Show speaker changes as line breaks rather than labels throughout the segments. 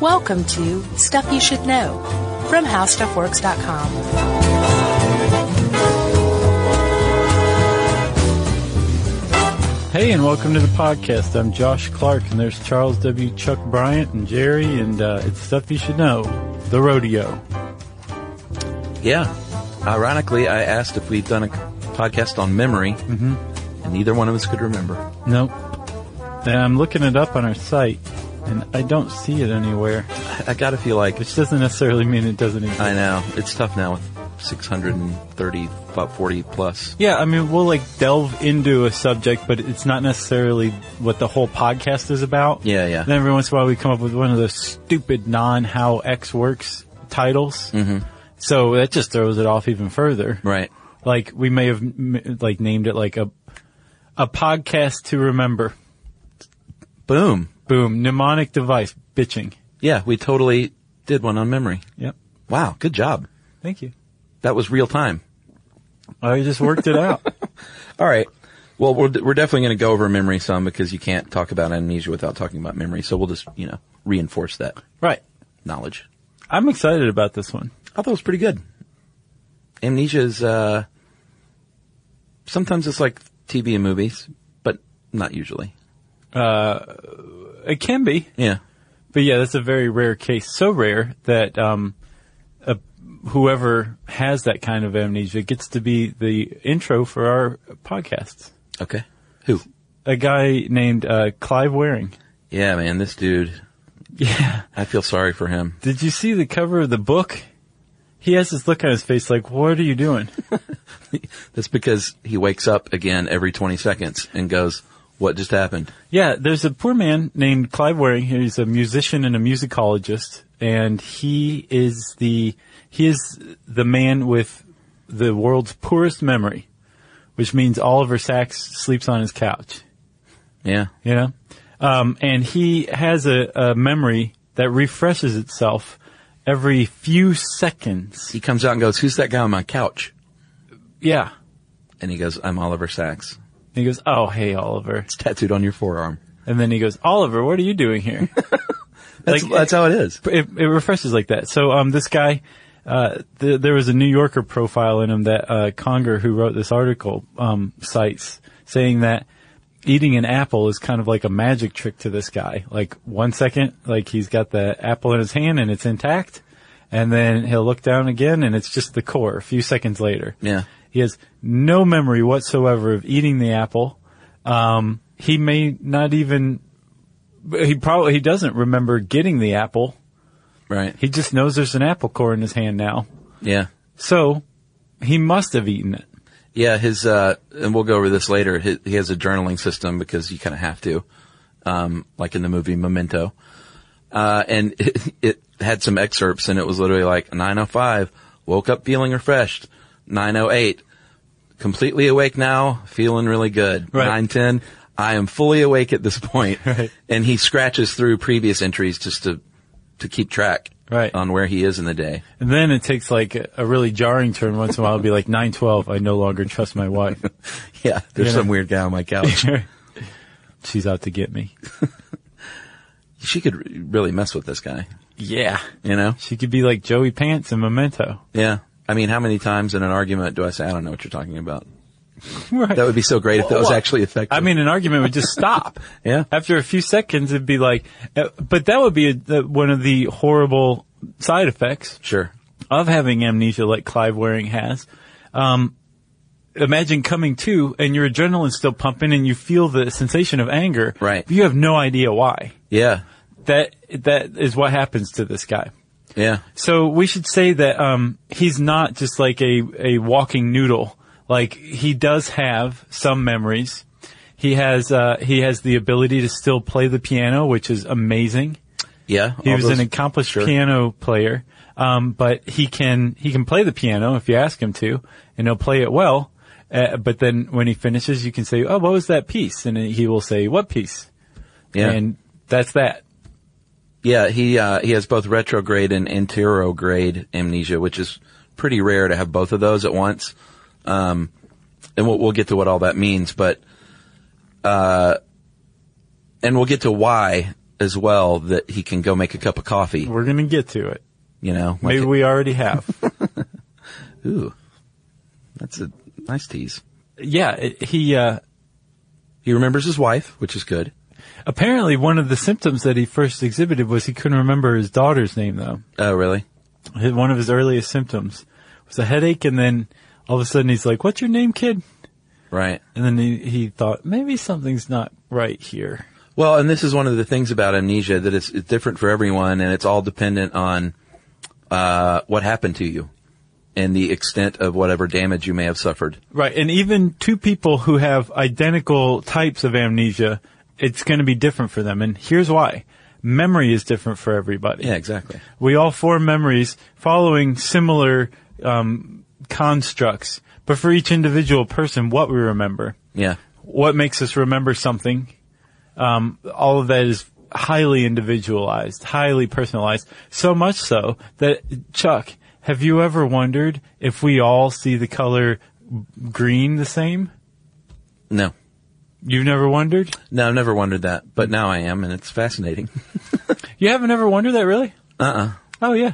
Welcome to Stuff You Should Know from HowStuffWorks.com.
Hey, and welcome to the podcast. I'm Josh Clark, and there's Charles W. Chuck Bryant and Jerry, and uh, it's stuff you should know. The rodeo.
Yeah. Ironically, I asked if we'd done a podcast on memory, and neither one of us could remember.
Nope. And I'm looking it up on our site, and I don't see it anywhere,
I gotta feel like
which doesn't necessarily mean it doesn't exist.
I know it's tough now with 630, about 40 plus.
Yeah, I mean, we'll like delve into a subject, but it's not necessarily what the whole podcast is about.
Yeah, yeah.
Then every once in a while we come up with one of those stupid non-how X works titles. Mm-hmm. So that just throws it off even further.
Right.
Like we may have m- like named it like a, a podcast to remember.
Boom.
Boom. Mnemonic device. Bitching.
Yeah, we totally did one on memory.
Yep.
Wow, good job.
Thank you.
That was real time.
I just worked it out.
All right. Well, we're, we're definitely going to go over memory some because you can't talk about amnesia without talking about memory. So we'll just, you know, reinforce that
right.
knowledge.
I'm excited about this one.
I thought it was pretty good. Amnesia is, uh, sometimes it's like TV and movies, but not usually.
It can be.
Yeah.
But yeah, that's a very rare case. So rare that um, uh, whoever has that kind of amnesia gets to be the intro for our podcasts.
Okay. Who?
A guy named uh, Clive Waring.
Yeah, man, this dude,
Yeah.
I feel sorry for him.
Did you see the cover of the book? He has this look on his face like, what are you doing?
That's because he wakes up again every 20 seconds and goes, what just happened?
Yeah, there's a poor man named Clive Waring. He's a musician and a musicologist, and he is the he is the man with the world's poorest memory, which means Oliver Sacks sleeps on his couch.
Yeah.
You know, um, and he has a, a memory that refreshes itself every few seconds.
He comes out and goes, who's that guy on my couch?
Yeah,
And he goes, I'm Oliver Sacks.
and he goes, "Oh, hey, Oliver,"
It's tattooed on your forearm.
and then he goes, "Oliver, what are you doing here?"
That's,
Like-
that's how it is.
it, it refreshes like that. So um, this guy, uh, th- there was a New Yorker profile in him that uh, Conger, who wrote this article, um, cites, saying that eating an apple is kind of like a magic trick to this guy. Like one second, like he's got the apple in his hand and it's intact, and then he'll look down again and it's just the core. A few seconds later,
Yeah.
he has no memory whatsoever of eating the apple. Um, he may not even. He probably he doesn't remember getting the apple.
Right.
He just knows there's an apple core in his hand now.
Yeah.
So he must have eaten it.
Yeah, his uh, and we'll go over this later. He, he has a journaling system because you kind of have to, um, like in the movie Memento. Uh, and it, it had some excerpts, and it was literally like 9:05, woke up feeling refreshed. 9:08, completely awake now, feeling really good.
Right.
9:10, I am fully awake at this point.
Right.
And he scratches through previous entries just to to keep track
Right.
on where he is in the day.
Um, And then it takes like a, a really jarring turn once in a while. It'll be like 912, I no longer trust my wife.
Yeah, there's
Yeah.
some weird guy on my couch.
She's out to get me.
she could re- really mess with this guy.
Yeah.
You know?
She could be like Joey Pants in Memento.
Yeah. I mean, how many times in an argument do I say, I don't know what you're talking about?
Right.
That would be so great if that was
Well,
actually effective.
I mean, an argument would just stop.
Yeah.
After a few seconds, it'd be like, uh, but that would be a, uh, one of the horrible side effects
sure.
of having amnesia like Clive Waring has. Um, imagine coming to and your adrenaline's still pumping and you feel the sensation of anger.
Right.
But you have no idea why.
Yeah.
That, that is what happens to this guy.
Yeah.
So we should say that, um, he's not just like a, a walking noodle. Like he does have some memories. He has, uh, he has the ability to still play the piano, which is amazing.
Yeah.
He
All
was
those-
an accomplished
sure.
piano player, um, but he can he can play the piano if you ask him to, and he'll play it well. Uh, but then when he finishes, you can say, "Oh, what was that piece?" And he will say, "What piece?"
Yeah.
And that's that.
yeah. He, uh, he has both retrograde and anterograde amnesia, which is pretty rare to have both of those at once. Um, and we'll, we'll get to what all that means, but, uh, and we'll get to why as well that he can go make a cup of coffee.
We're gonna get to it.
You know,
Maybe
Like,
we already have.
Ooh, that's a nice tease.
yeah, it, he uh,
He remembers his wife, which is good.
apparently one of the symptoms that he first exhibited was he couldn't remember his daughter's name though.
Oh, really?
His- One of his earliest symptoms was a headache, and then all of a sudden he's like, "What's your name, kid?"
Right.
And then he, he thought maybe something's not right here.
Well, and this is one of the things about amnesia that it's, it's different for everyone, and it's all dependent on uh, what happened to you and the extent of whatever damage you may have suffered.
Right, and even two people who have identical types of amnesia, it's going to be different for them. And here's why. Memory is different for everybody.
Yeah, exactly.
We all form memories following similar um, constructs, but for each individual person, what we remember,
Yeah,
what makes us remember something, um, all of that is highly individualized, highly personalized. So much so that, Chuck, have you ever wondered if we all see the color green the same?
no,
You've never wondered?
no, I've never wondered that, but now I am, and it's fascinating.
You haven't ever wondered that, really?
Uh, uh
Oh, yeah.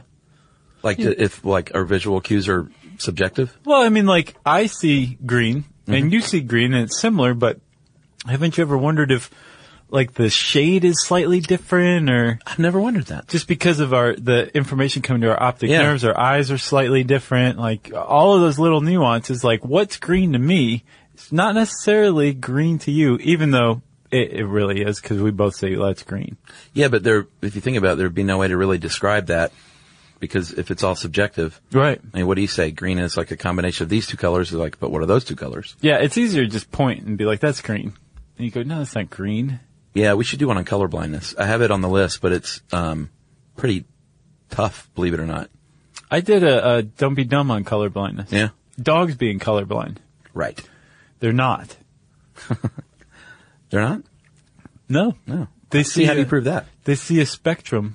like if like our visual cues are subjective.
Well, I mean, like I see green and you see green, and it's similar. But haven't you ever wondered if, like, the shade is slightly different, or
I've never wondered that.
just because of our the information coming to our optic
Yeah.
nerves, our eyes are slightly different. Like all of those little nuances. Like what's green to me, it's not necessarily green to you, even though it, it really is because we both say that's green.
Yeah, but there, if you think about, it, there'd be no way to really describe that because if it's all subjective,
Right.
I mean, what do you say? Green is like a combination of these two colors. Is like, but what are those two colors?
Yeah, it's easier to just point and be like, "That's green," and you go, "No, that's not green."
Yeah, we should do one on color blindness. I have it on the list, but it's um, pretty tough, believe it or not.
I did a, a "Don't be dumb" on colorblindness.
Yeah,
dogs being colorblind.
right.
They're not.
They're not.
No.
No.
They
See,
see,
how do
a,
you prove that?
they see a spectrum.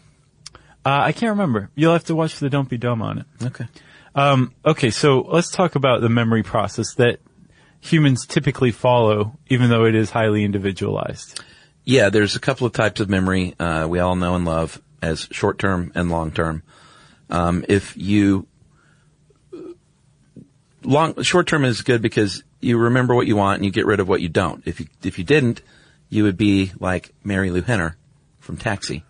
Uh, I can't remember. You'll have to watch the Don't Be Dumb on it.
Okay.
Um, okay, so let's talk about the memory process that humans typically follow, even though it is highly individualized.
Yeah, there's a couple of types of memory uh, we all know and love as short term and long term. Um, if you long short term is good because you remember what you want and you get rid of what you don't. If you if you didn't, you would be like Mary Lou Henner from Taxi.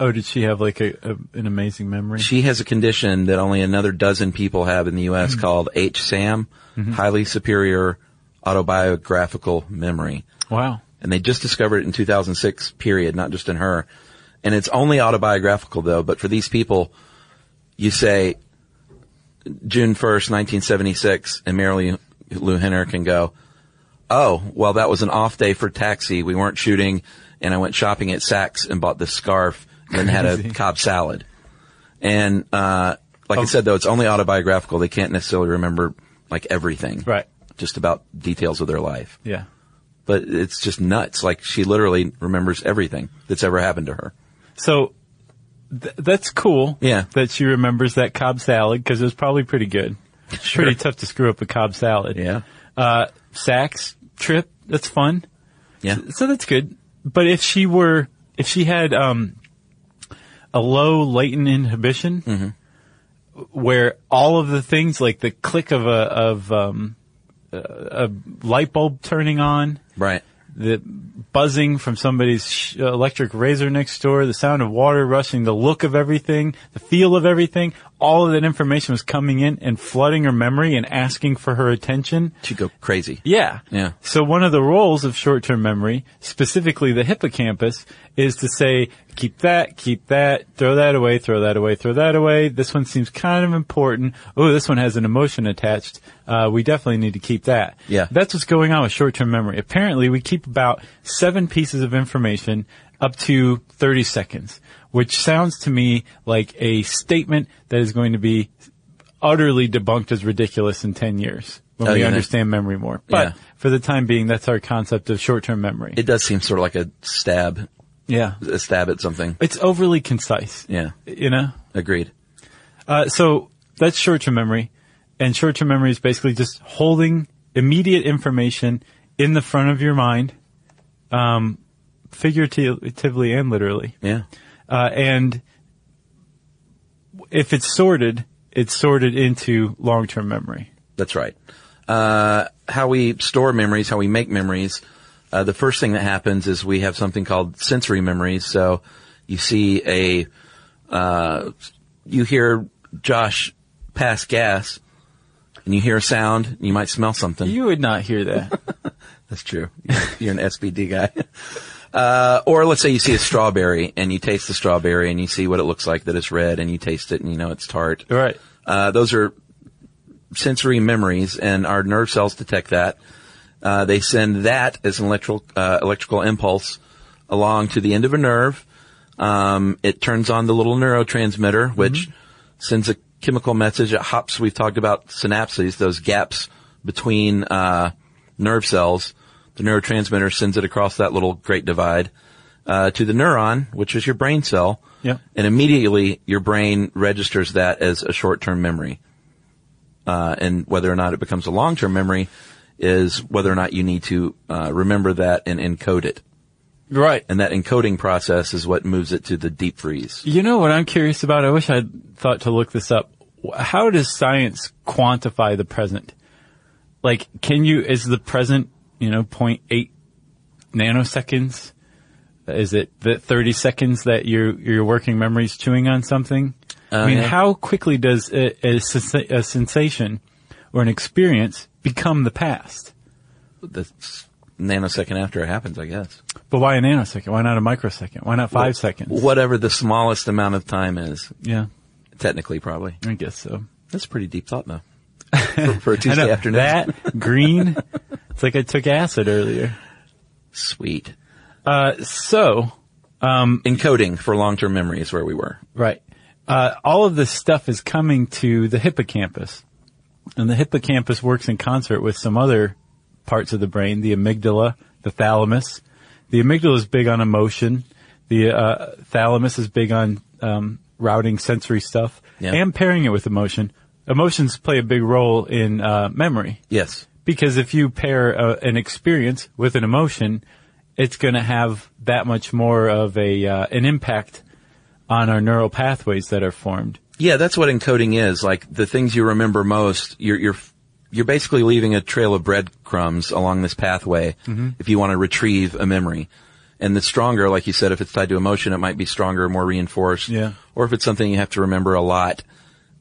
Oh, did she have like a, a an amazing memory?
She has a condition that only another dozen people have in the U.S. called HSAM, highly superior autobiographical memory
wow.
and they just discovered it in 2006 period, not just in her. And it's only autobiographical though, but for these people, you say June 1st, 1976, and Mary Lou Henner can go, Oh, well, that was an off day for taxi. We weren't shooting and I went shopping at Saks and bought this scarf and then had a
Crazy. Oh.
Cobb salad. And, uh, like I said though, it's only autobiographical. They can't necessarily remember like everything.
Right.
Just about details of their life
Yeah.
but it's just nuts. Like she literally remembers everything that's ever happened to her.
So th- that's cool.
Yeah.
That she remembers that Cobb salad because it was probably pretty good. It's
Sure.
Pretty tough to screw up a Cobb salad.
Yeah.
Uh, Saks trip. That's fun.
Yeah.
So that's good. But if she were, if she had um, a low latent inhibition, where all of the things like the click of a of um, a, a light bulb turning on,
Right.
the buzzing from somebody's sh- electric razor next door, the sound of water rushing, the look of everything, the feel of everything, all of that information was coming in and flooding her memory and asking for her attention.
She'd go crazy.
Yeah.
Yeah.
So one of the roles of short-term memory, specifically the hippocampus, is to say, keep that, keep that, throw that away, throw that away, throw that away. This one seems kind of important. Oh, this one has an emotion attached. Uh, we definitely need to keep that.
Yeah.
That's what's going on with short-term memory. Apparently, we keep about seven pieces of information up to 30 seconds, which sounds to me like a statement that is going to be utterly debunked as ridiculous in 10 years when
Oh,
we
yeah.
understand memory more. But
Yeah.
for the time being, that's our concept of short-term memory.
It does seem sort of like a stab,
yeah.
a stab at something.
It's overly concise.
Yeah.
You know?
Agreed.
Uh, so that's short-term memory. And short-term memory is basically just holding immediate information in the front of your mind, um, figuratively and literally.
Yeah.
Uh, and if it's sorted, it's sorted into long-term memory.
That's right. Uh, how we store memories, how we make memories. Uh, the first thing that happens is we have something called sensory memories. So you see a, uh, you hear Josh pass gas and you hear a sound and you might smell something.
You would not hear that.
That's true. You're an SBD guy. Uh, or let's say you see a strawberry and you taste the strawberry and you see what it looks like that it's red and you taste it and you know it's tart.
right.
Uh, those are sensory memories, and our nerve cells detect that. Uh, they send that as an electrical uh, electrical impulse along to the end of a nerve. Um, it turns on the little neurotransmitter, which sends a chemical message. It hops. We've talked about synapses; those gaps between uh, nerve cells. The neurotransmitter sends it across that little great divide uh, to the neuron, which is your brain cell.
Yeah.
And immediately your brain registers that as a short-term memory. Uh, and whether or not it becomes a long-term memory is whether or not you need to uh, remember that and encode it.
Right.
And that encoding process is what moves it to the deep freeze.
You know what I'm curious about? I wish I'd thought to look this up. Wh- How does science quantify the present? Like, can you, is the present, you know, 0.8 nanoseconds? Is it the 30 seconds that your, your working memory's chewing on something? I mean,
Uh, yeah.
how quickly does a, a, sensa- a sensation or an experience become the past?
The s- nanosecond after it happens, I guess.
But why a nanosecond? Why not a microsecond? Why not five seconds?
Whatever the smallest amount of time is,
Yeah,
technically probably.
I guess so.
That's a pretty deep thought though. For, for a Tuesday
I know,
afternoon.
That green. it's like I took acid earlier.
Sweet.
Uh, so
Encoding for long-term memory is where we were.
right, uh, all of this stuff is coming to the hippocampus, and the hippocampus works in concert with some other parts of the brain: the amygdala, the thalamus. The amygdala is big on emotion. The uh, thalamus is big on um, routing sensory stuff
Yeah.
and pairing it with emotion. Emotions play a big role in uh, memory.
Yes.
Because if you pair a, an experience with an emotion, it's going to have that much more of a uh, an impact on our neural pathways that are formed.
Yeah, that's what encoding is. Like the things you remember most, you're you're you're basically leaving a trail of breadcrumbs along this pathway if you want to retrieve a memory. And the stronger, like you said, if it's tied to emotion, it might be stronger, more reinforced.
Yeah.
Or if it's something you have to remember a lot,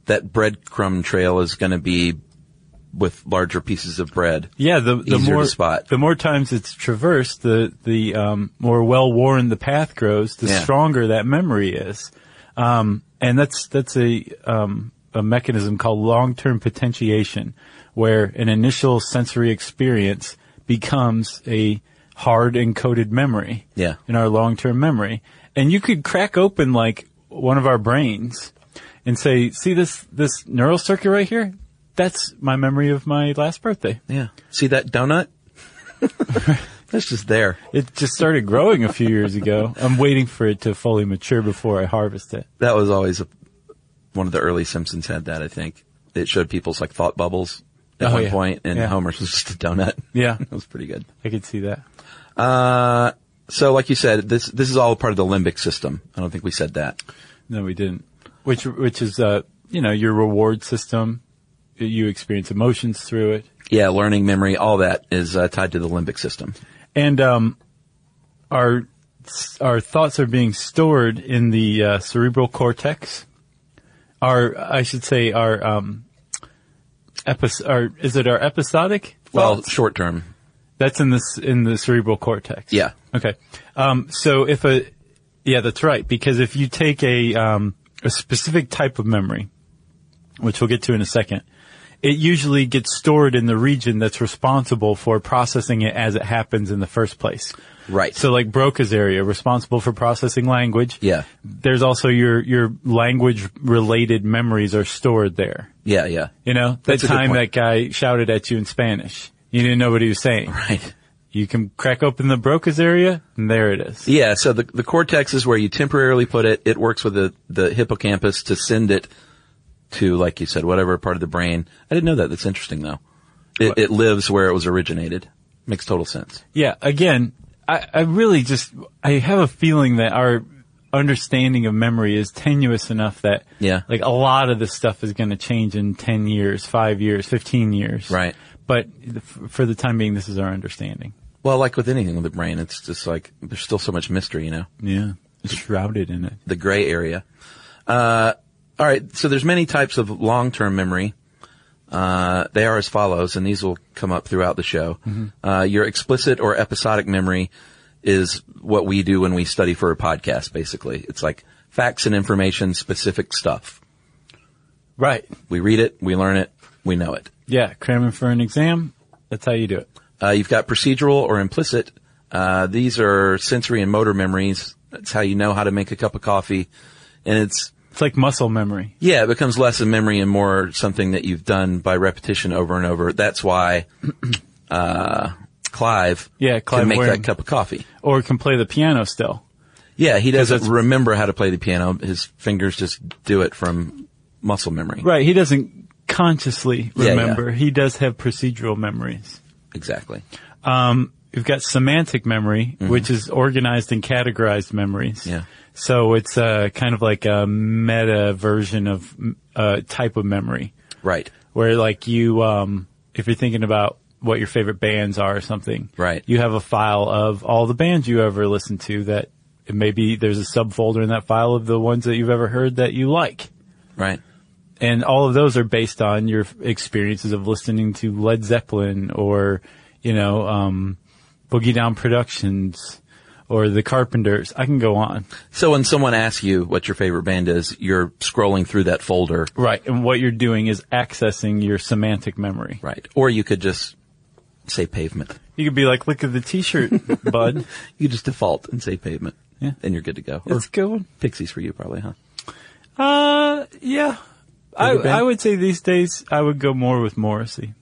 that breadcrumb trail is going to be with larger pieces of bread.
Yeah, the the
Easier to
more
spot.
the more times it's traversed, the the um, more well worn the path grows, the
Yeah.
stronger that memory is, um, and that's that's a um, a mechanism called long term potentiation, where an initial sensory experience becomes a hard encoded memory.
Yeah.
in our long term memory, and you could crack open like one of our brains and say, "See this this neural circuit right here." That's my memory of my last birthday.
Yeah. See that donut? that's just there.
It just started growing a few years ago. I'm waiting for it to fully mature before I harvest it.
That was always a, one of the early Simpsons had that, I think. It showed people's like thought bubbles at
Oh,
one
yeah.
point, and
Yeah.
Homer's was just a donut.
Yeah,
that was pretty good.
I could see that.
Uh, so like you said, this, this is all part of the limbic system. I don't think we said that.
No, we didn't. Which, which is, uh, you know, your reward system. You experience emotions through it.
Yeah, learning, memory, all that is uh, tied to the limbic system.
And, um, our, our thoughts are being stored in the uh, cerebral cortex. Our, I should say our, um, epis- our, is it our episodic?
Well,
thoughts?
short term.
That's in this in the cerebral cortex.
Yeah.
Okay. Um, so if a yeah, that's right. Because if you take a um, a specific type of memory, which we'll get to in a second, it usually gets stored in the region that's responsible for processing it as it happens in the first place.
Right.
So like Broca's area, responsible for processing language.
Yeah.
There's also your your language related memories are stored there.
Yeah, yeah.
You know, that
That's a good
time
point.
that guy shouted at you in Spanish. You didn't know what he was saying.
Right.
You can crack open the Broca's area, and there it is.
Yeah, so the, the cortex is where you temporarily put it. It works with the, the hippocampus to send it to, like you said, whatever part of the brain. I didn't know that. That's interesting though. It, it lives where it was originated. Makes total sense.
Yeah, again, I, I really just I have a feeling that our understanding of memory is tenuous enough that
Yeah.
like a lot of this stuff is going to change in 10 years, 5 years, 15 years.
Right.
But the- f- for the time being this is our understanding.
Well, like with anything with the brain, it's just like there's still so much mystery, you know,
Yeah. It's shrouded in it.
the gray area. Uh, all right. So there's many types of long-term memory. Uh, they are as follows, and these will come up throughout the show. Uh, your explicit or episodic memory is what we do when we study for a podcast, basically. It's like facts and information specific stuff.
Right.
We read it, we learn it, we know it.
Yeah, cramming for an exam, that's how you do it.
Uh, you've got procedural or implicit. Uh, these are sensory and motor memories. That's how you know how to make a cup of coffee. And it's,
It's like muscle memory.
yeah, it becomes less a memory and more something that you've done by repetition over and over. That's why, uh, Clive,
Yeah, Clive
can make
Warren.
that cup of coffee.
Or can play the piano still.
Yeah, he doesn't
that's-
remember how to play the piano. His fingers just do it from muscle memory.
Right, he doesn't consciously
Yeah, yeah.
remember. He does have procedural memories.
Exactly.
We've got semantic memory, which is organized and categorized memories.
Mm-hmm. Yeah.
So it's uh, kind of like a meta version of a uh, type of memory,
Right.
where like you, um, if you're thinking about what your favorite bands are or something,
Right.
You have a file of all the bands you ever listened to. That maybe there's a subfolder in that file of the ones that you've ever heard that you like,
Right.
and all of those are based on your experiences of listening to Led Zeppelin or, you know, um, Boogie Down Productions or The Carpenters. I can go on.
So when someone asks you what your favorite band is, you're scrolling through that folder
Right. And what you're doing is accessing your semantic memory.
Right. Or you could just say pavement.
You could be like, look at the t-shirt, bud.
You just default and say pavement.
Yeah.
And you're good to go.
That's a
or
good one.
Pixies for you probably, huh?
Uh, yeah. I,
Favorite band?
I would say these days I would go more with Morrissey.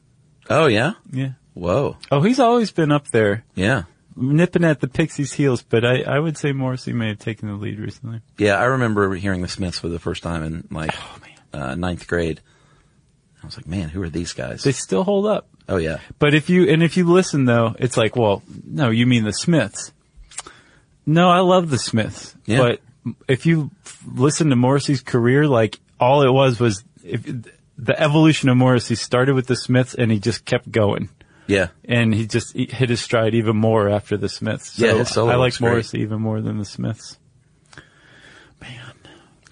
Oh yeah?
Yeah.
Whoa.
Oh, he's always been up there
Yeah.
nipping at the Pixies heels, but I, I would say Morrissey may have taken the lead recently.
Yeah, I remember hearing the Smiths for the first time in like
Oh,
uh, ninth grade. I was like, man, who are these guys?
They still hold up.
oh yeah.
But if you and if you listen though, it's like, well, no, you mean the Smiths. No, I love the Smiths,
Yeah.
but if you f- listen to Morrissey's career, like all it was was if, the evolution of Morrissey started with the Smiths, and he just kept going,
Yeah.
and he just he hit his stride even more after the Smiths. So
Yeah, his solo
I like
was great.
Morrissey even more than the Smiths.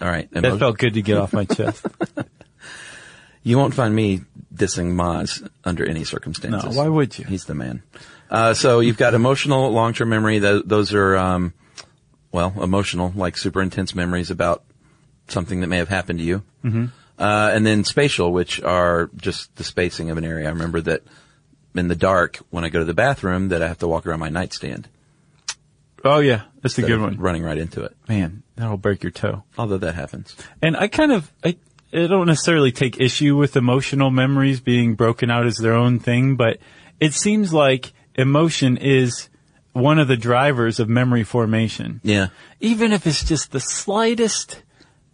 All right.
That
Emo-
felt good to get off my chest.
you won't find me dissing Moz under any
No,
circumstances.
why would you?
He's the man. Uh, so you've got emotional long-term memory. Tho- those are, um, well, emotional, like super intense memories about something that may have happened to you. Mm-hmm. Uh, and then spatial, which are just the spacing of an area. I remember that in the dark when I go to the bathroom that I have to walk around my nightstand.
Oh yeah, that's a good one.
Running right into it.
Man, that'll break your toe.
Although that happens.
And I kind of, I, I don't necessarily take issue with emotional memories being broken out as their own thing, but it seems like emotion is one of the drivers of memory formation.
Yeah.
Even if it's just the slightest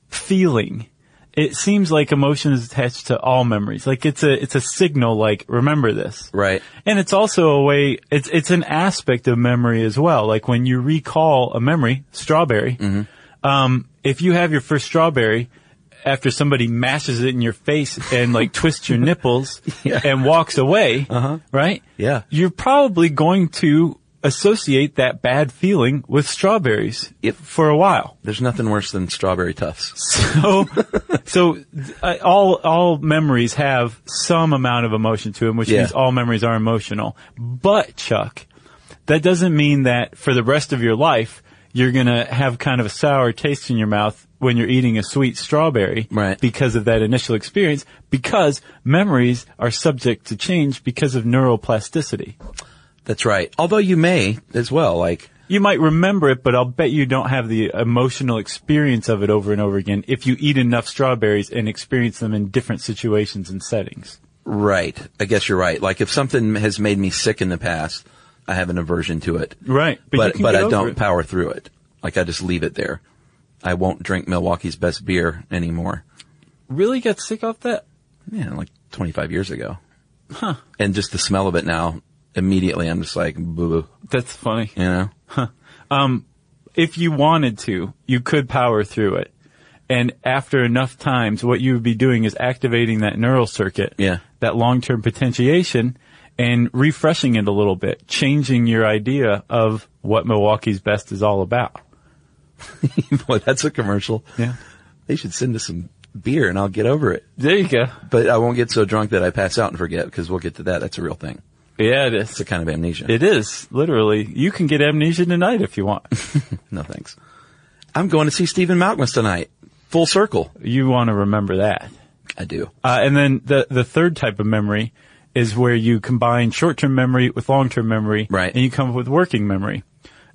feeling, it seems like emotion is attached to all memories. Like it's a, it's a signal like, remember this.
Right.
And it's also a way, it's, it's an aspect of memory as well. Like when you recall a memory, strawberry,
Mm-hmm.
um, if you have your first strawberry after somebody mashes it in your face and like twists your nipples and walks away, right?
Uh-huh. Yeah.
You're probably going to associate that bad feeling with strawberries
Yep.
for a while.
There's nothing worse than strawberry tufts.
So, so uh, all all memories have some amount of emotion to them, which
Yeah.
means all memories are emotional. But Chuck, that doesn't mean that for the rest of your life you're gonna have kind of a sour taste in your mouth when you're eating a sweet strawberry,
Right.
Because of that initial experience, because memories are subject to change because of neuroplasticity.
That's right. Although you may as well, like,
You might remember it, but I'll bet you don't have the emotional experience of it over and over again if you eat enough strawberries and experience them in different situations and settings.
Right. I guess you're right. Like if something has made me sick in the past, I have an aversion to it.
Right. But, you
But
can
but
get
I
over
don't
it.
power through it. Like I just leave it there. I won't drink Milwaukee's best beer anymore.
really get sick off that.
Yeah, like 25 years ago. Huh. And just the smell of it now immediately I'm just like, boo,
That's funny.
you know?
If you wanted to, you could power through it. And after enough times, what you would be doing is activating that neural circuit,
Yeah.
that long-term potentiation, and refreshing it a little bit, changing your idea of what Milwaukee's best is all about.
Boy, that's a commercial.
Yeah.
They should send us some beer and I'll get over it.
There you go.
But I won't get so drunk that I pass out and forget because we'll get to that. That's a real thing.
Yeah, it is.
It's a kind of amnesia.
It is literally. You can get amnesia tonight if you want.
No thanks. I'm going to see Stephen Malkmus tonight. Full circle.
you want to remember that.
I do.
Uh, and then the the third type of memory is where you combine short term memory with long term memory,
Right.
And you come up with working memory.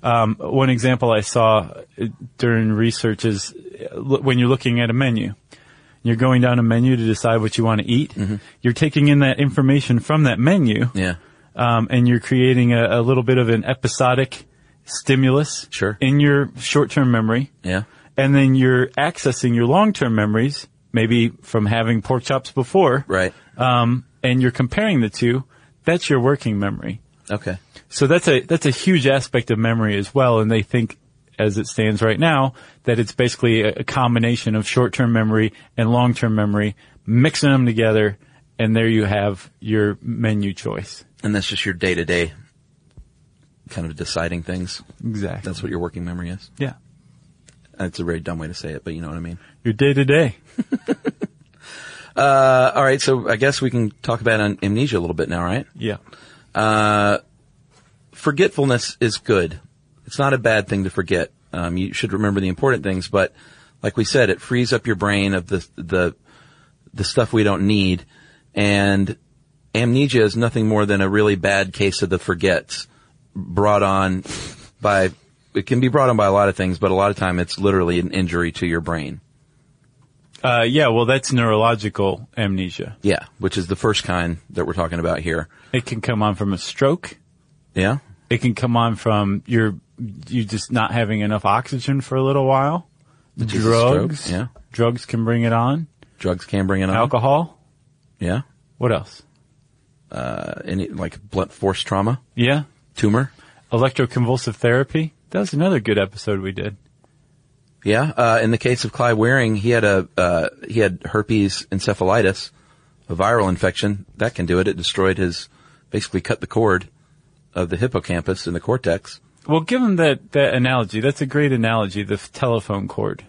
Um, one example I saw uh, during research is uh, lo- when you're looking at a menu. You're going down a menu to decide what you want to eat.
Mm-hmm.
You're taking in that information from that menu,
Yeah.
um, and you're creating a, a little bit of an episodic stimulus
Sure.
in your short-term memory
Yeah.
and then you're accessing your long-term memories, maybe from having pork chops before,
Right.
Um, and you're comparing the two. That's your working memory.
Okay.
So that's a that's a huge aspect of memory as well. And they think, as it stands right now, that it's basically a, a combination of short-term memory and long-term memory, mixing them together, and there you have your menu choice.
And that's just your day to day kind of deciding things.
Exactly.
That's what your working memory is.
yeah.
That's a very dumb way to say it, but you know what I mean.
Your day-to-day.
Uh, all right. So I guess we can talk about an- amnesia a little bit now, right?
Yeah.
forgetfulness is good. It's not a bad thing to forget. Um, you should remember the important things, but like we said, it frees up your brain of the the the stuff we don't need. And amnesia is nothing more than a really bad case of the forgets brought on by. It can be brought on by a lot of things, but a lot of time it's literally an injury to your brain.
Uh, yeah. Well, that's neurological amnesia.
Yeah, which is the first kind that we're talking about here.
It can come on from a stroke.
Yeah,
it can come on from your you just not having enough oxygen for a little while.
is a
drugs,
stroke, yeah. Uh-huh.
drugs can bring it on.
drugs can bring it on.
Alcohol.
Yeah,
What else?
Uh, any like blunt force trauma,
Yeah,
tumor.
electroconvulsive therapy. That was another good episode we did.
Yeah. Uh, in the case of Clyde Waring, he had a uh, he had herpes encephalitis, a viral infection that can do it. It destroyed his, basically cut the cord of the hippocampus and the cortex.
Well, given that that analogy, that's a great analogy. The f- telephone cord.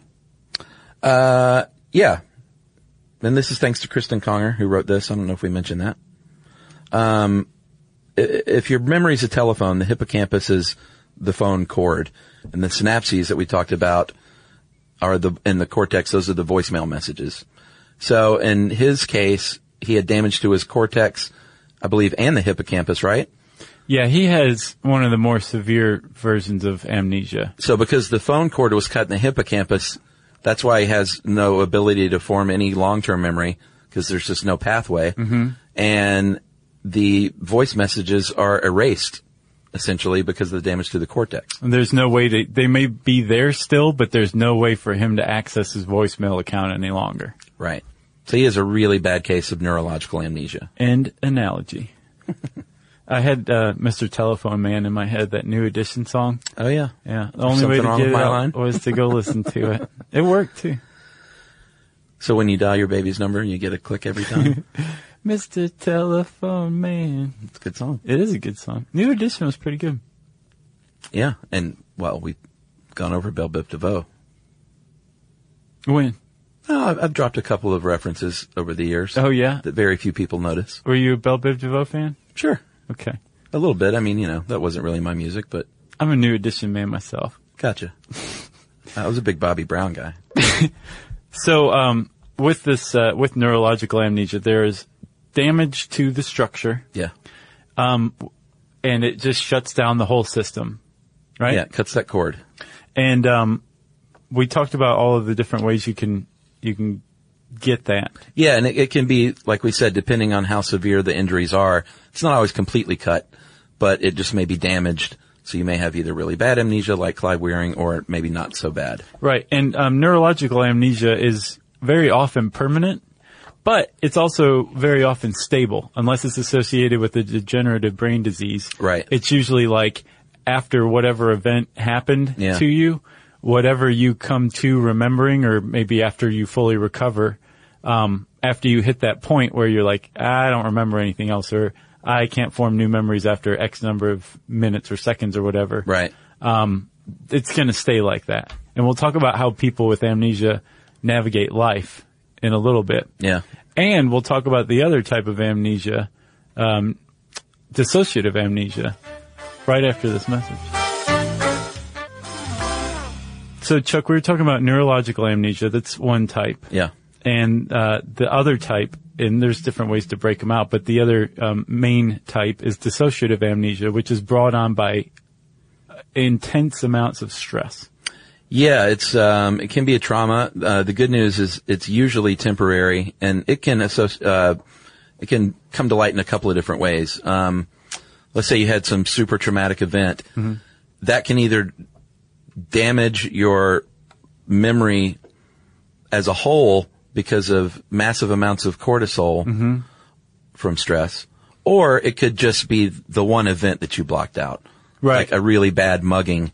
Yeah. And this is thanks to Kristen Conger who wrote this. I don't know if we mentioned that. Um, i- i- if your memory's a telephone, the hippocampus is the phone cord, and the synapses that we talked about are the in the cortex. Those are the voicemail messages. So in his case, he had damage to his cortex, I believe, and the hippocampus, right?
Yeah, he has one of the more severe versions of amnesia.
So because the phone cord was cut in the hippocampus, that's why he has no ability to form any long-term memory because there's just no pathway. Mm-hmm. And the voice messages are erased essentially because of the damage to the cortex.
And There's no way to. They may be there still, but there's no way for him to access his voicemail account any longer.
Right. So he has a really bad case of neurological amnesia.
End analogy. I had uh, Mr. Telephone Man in my head, that new edition song.
Oh yeah.
Yeah, the only way
Something
to
wrong
get
with
it
my
out
line?
was to go listen to it. It worked too.
So when you dial your baby's number and you get a click every time,
Mr. Telephone Man.
it's a good song.
It is a good song. New edition was pretty good.
Yeah. And well, we've gone over Belle Biv DeVoe.
When?
Oh, I've- I've dropped a couple of references over the years
Oh yeah.
that very few people notice.
Were you a Belle Biv DeVoe fan?
Sure.
Okay.
A little bit. I mean, you know, that wasn't really my music, but
I'm a new edition man myself.
gotcha. I was a big Bobby Brown guy.
So, um, with this, uh, with neurological amnesia, there is damage to the structure
Yeah.
and it just shuts down the whole system. Right?
Yeah. Cuts that cord.
And um, we talked about all of the different ways you can you can get that.
Yeah. And it, it can be, like we said, depending on how severe the injuries are, it's not always completely cut, but it just may be damaged. So you may have either really bad amnesia like Clive Wearing or maybe not so bad.
Right. And um, neurological amnesia is very often permanent, But it's also very often stable unless it's associated with a degenerative brain disease.
Right.
It's usually like after whatever event happened
Yeah.
to you, whatever you come to remembering or maybe after you fully recover, um, after you hit that point where you're like, I don't remember anything else or I can't form new memories after X number of minutes or seconds or whatever
Right.
it's going to stay like that. And we'll talk about how people with amnesia navigate life in a little bit.
Yeah.
And we'll talk about the other type of amnesia, um, dissociative amnesia, right after this message. So, Chuck, we were talking about neurological amnesia. That's one type.
Yeah.
And uh, the other type, and there's different ways to break them out, but the other um, main type is dissociative amnesia, which is brought on by uh, intense amounts of stress.
Yeah, it's um, it can be a trauma. Uh, the good news is it's usually temporary, and it can associ- uh, it can come to light in a couple of different ways. Um, let's say you had some super traumatic event that can either damage your memory as a whole because of massive amounts of cortisol from stress, or it could just be the one event that you blocked out,
Right.
Like a really bad mugging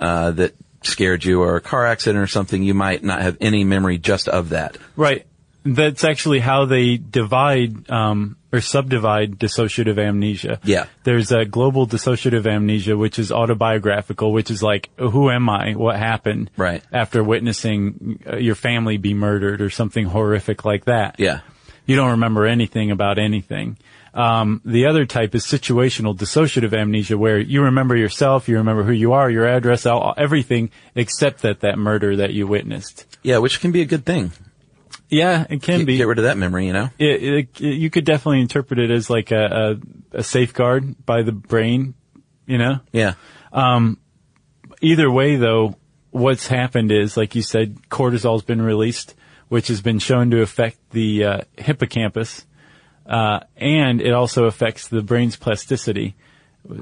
uh, that scared you, or a car accident or something. You might not have any memory just of that.
Right. That's actually how they divide um, or subdivide dissociative amnesia.
Yeah.
There's a global dissociative amnesia, which is autobiographical, which is like, who am I? What happened?
Right.
After witnessing uh, your family be murdered or something horrific like that.
Yeah,
You don't remember anything about anything. Um, the other type is situational dissociative amnesia, where you remember yourself, you remember who you are, your address, all, everything, except that that murder that you witnessed.
yeah, which can be a good thing.
Yeah, it can
Get,
be.
get rid of that memory, you know.
it, it, it- you could definitely interpret it as like a, a, a safeguard by the brain, you know?
Yeah,
Either way though, what's happened is, like you said, cortisol's been released, which has been shown to affect the uh, hippocampus, uh, and it also affects the brain's plasticity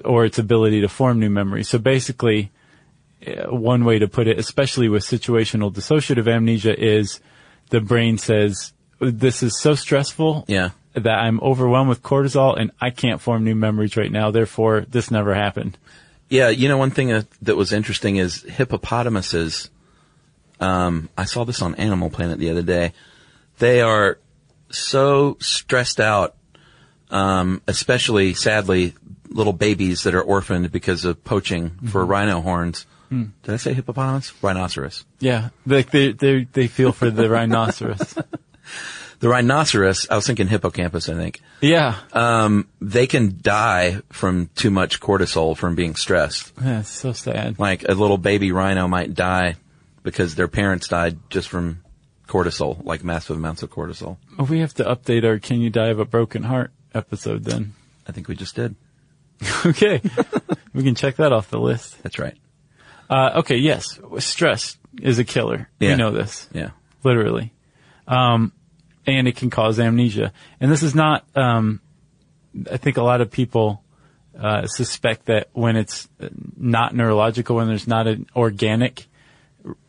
or its ability to form new memories. So basically, uh, one way to put it, especially with situational dissociative amnesia is the brain says, this is so stressful
yeah,
that I'm overwhelmed with cortisol and I can't form new memories right now. Therefore, this never happened.
yeah. You know, one thing that, that was interesting is hippopotamuses. Um, I saw this on Animal Planet the other day. They are so stressed out, um, especially sadly, little babies that are orphaned because of poaching for rhino horns. Did I say hippopotamus? Rhinoceros.
Yeah, like they they they feel for the rhinoceros.
The rhinoceros, I was thinking hippocampus, I think.
Yeah,
Um, they can die from too much cortisol from being stressed.
yeah, it's so sad.
Like a little baby rhino might die because their parents died just from cortisol, like massive amounts of cortisol.
We have to update our "Can You Die of a Broken Heart" episode then.
I think we just did.
Okay, we can check that off the list.
That's right.
Uh, okay, yes, stress is a killer. We
Yeah.
know this.
Yeah.
literally. Um, and it can cause amnesia. And this is not, um, I think a lot of people, uh, suspect that when it's not neurological, when there's not an organic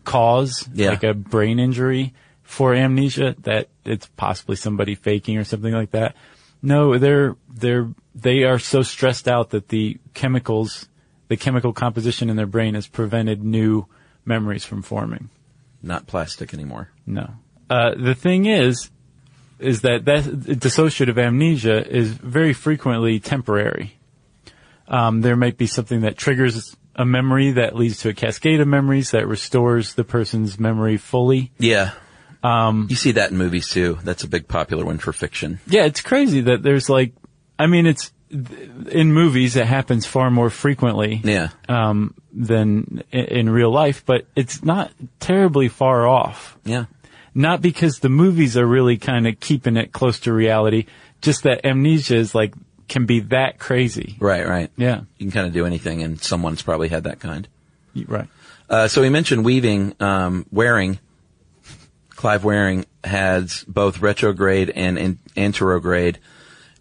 cause,
Yeah.
like a brain injury for amnesia, that it's possibly somebody faking or something like that. No, they're, they're, they are so stressed out that the chemicals, the chemical composition in their brain has prevented new memories from forming.
Not plastic anymore.
No. Uh, the thing is, is that that dissociative amnesia is very frequently temporary. Um, there might be something that triggers a memory that leads to a cascade of memories that restores the person's memory fully.
Yeah. Um, you see that in movies too. That's a big popular one for fiction.
Yeah, it's crazy that there's like, I mean, it's in movies it happens far more frequently
Yeah.
um, than in, in real life, but it's not terribly far off.
Yeah.
not because the movies are really kind of keeping it close to reality, just that amnesia is like, can be that crazy.
Right, right.
Yeah.
You can kind of do anything and someone's probably had that kind.
You- Right.
Uh, so we mentioned weaving, um, wearing. Clive Waring has both retrograde and an- anterograde,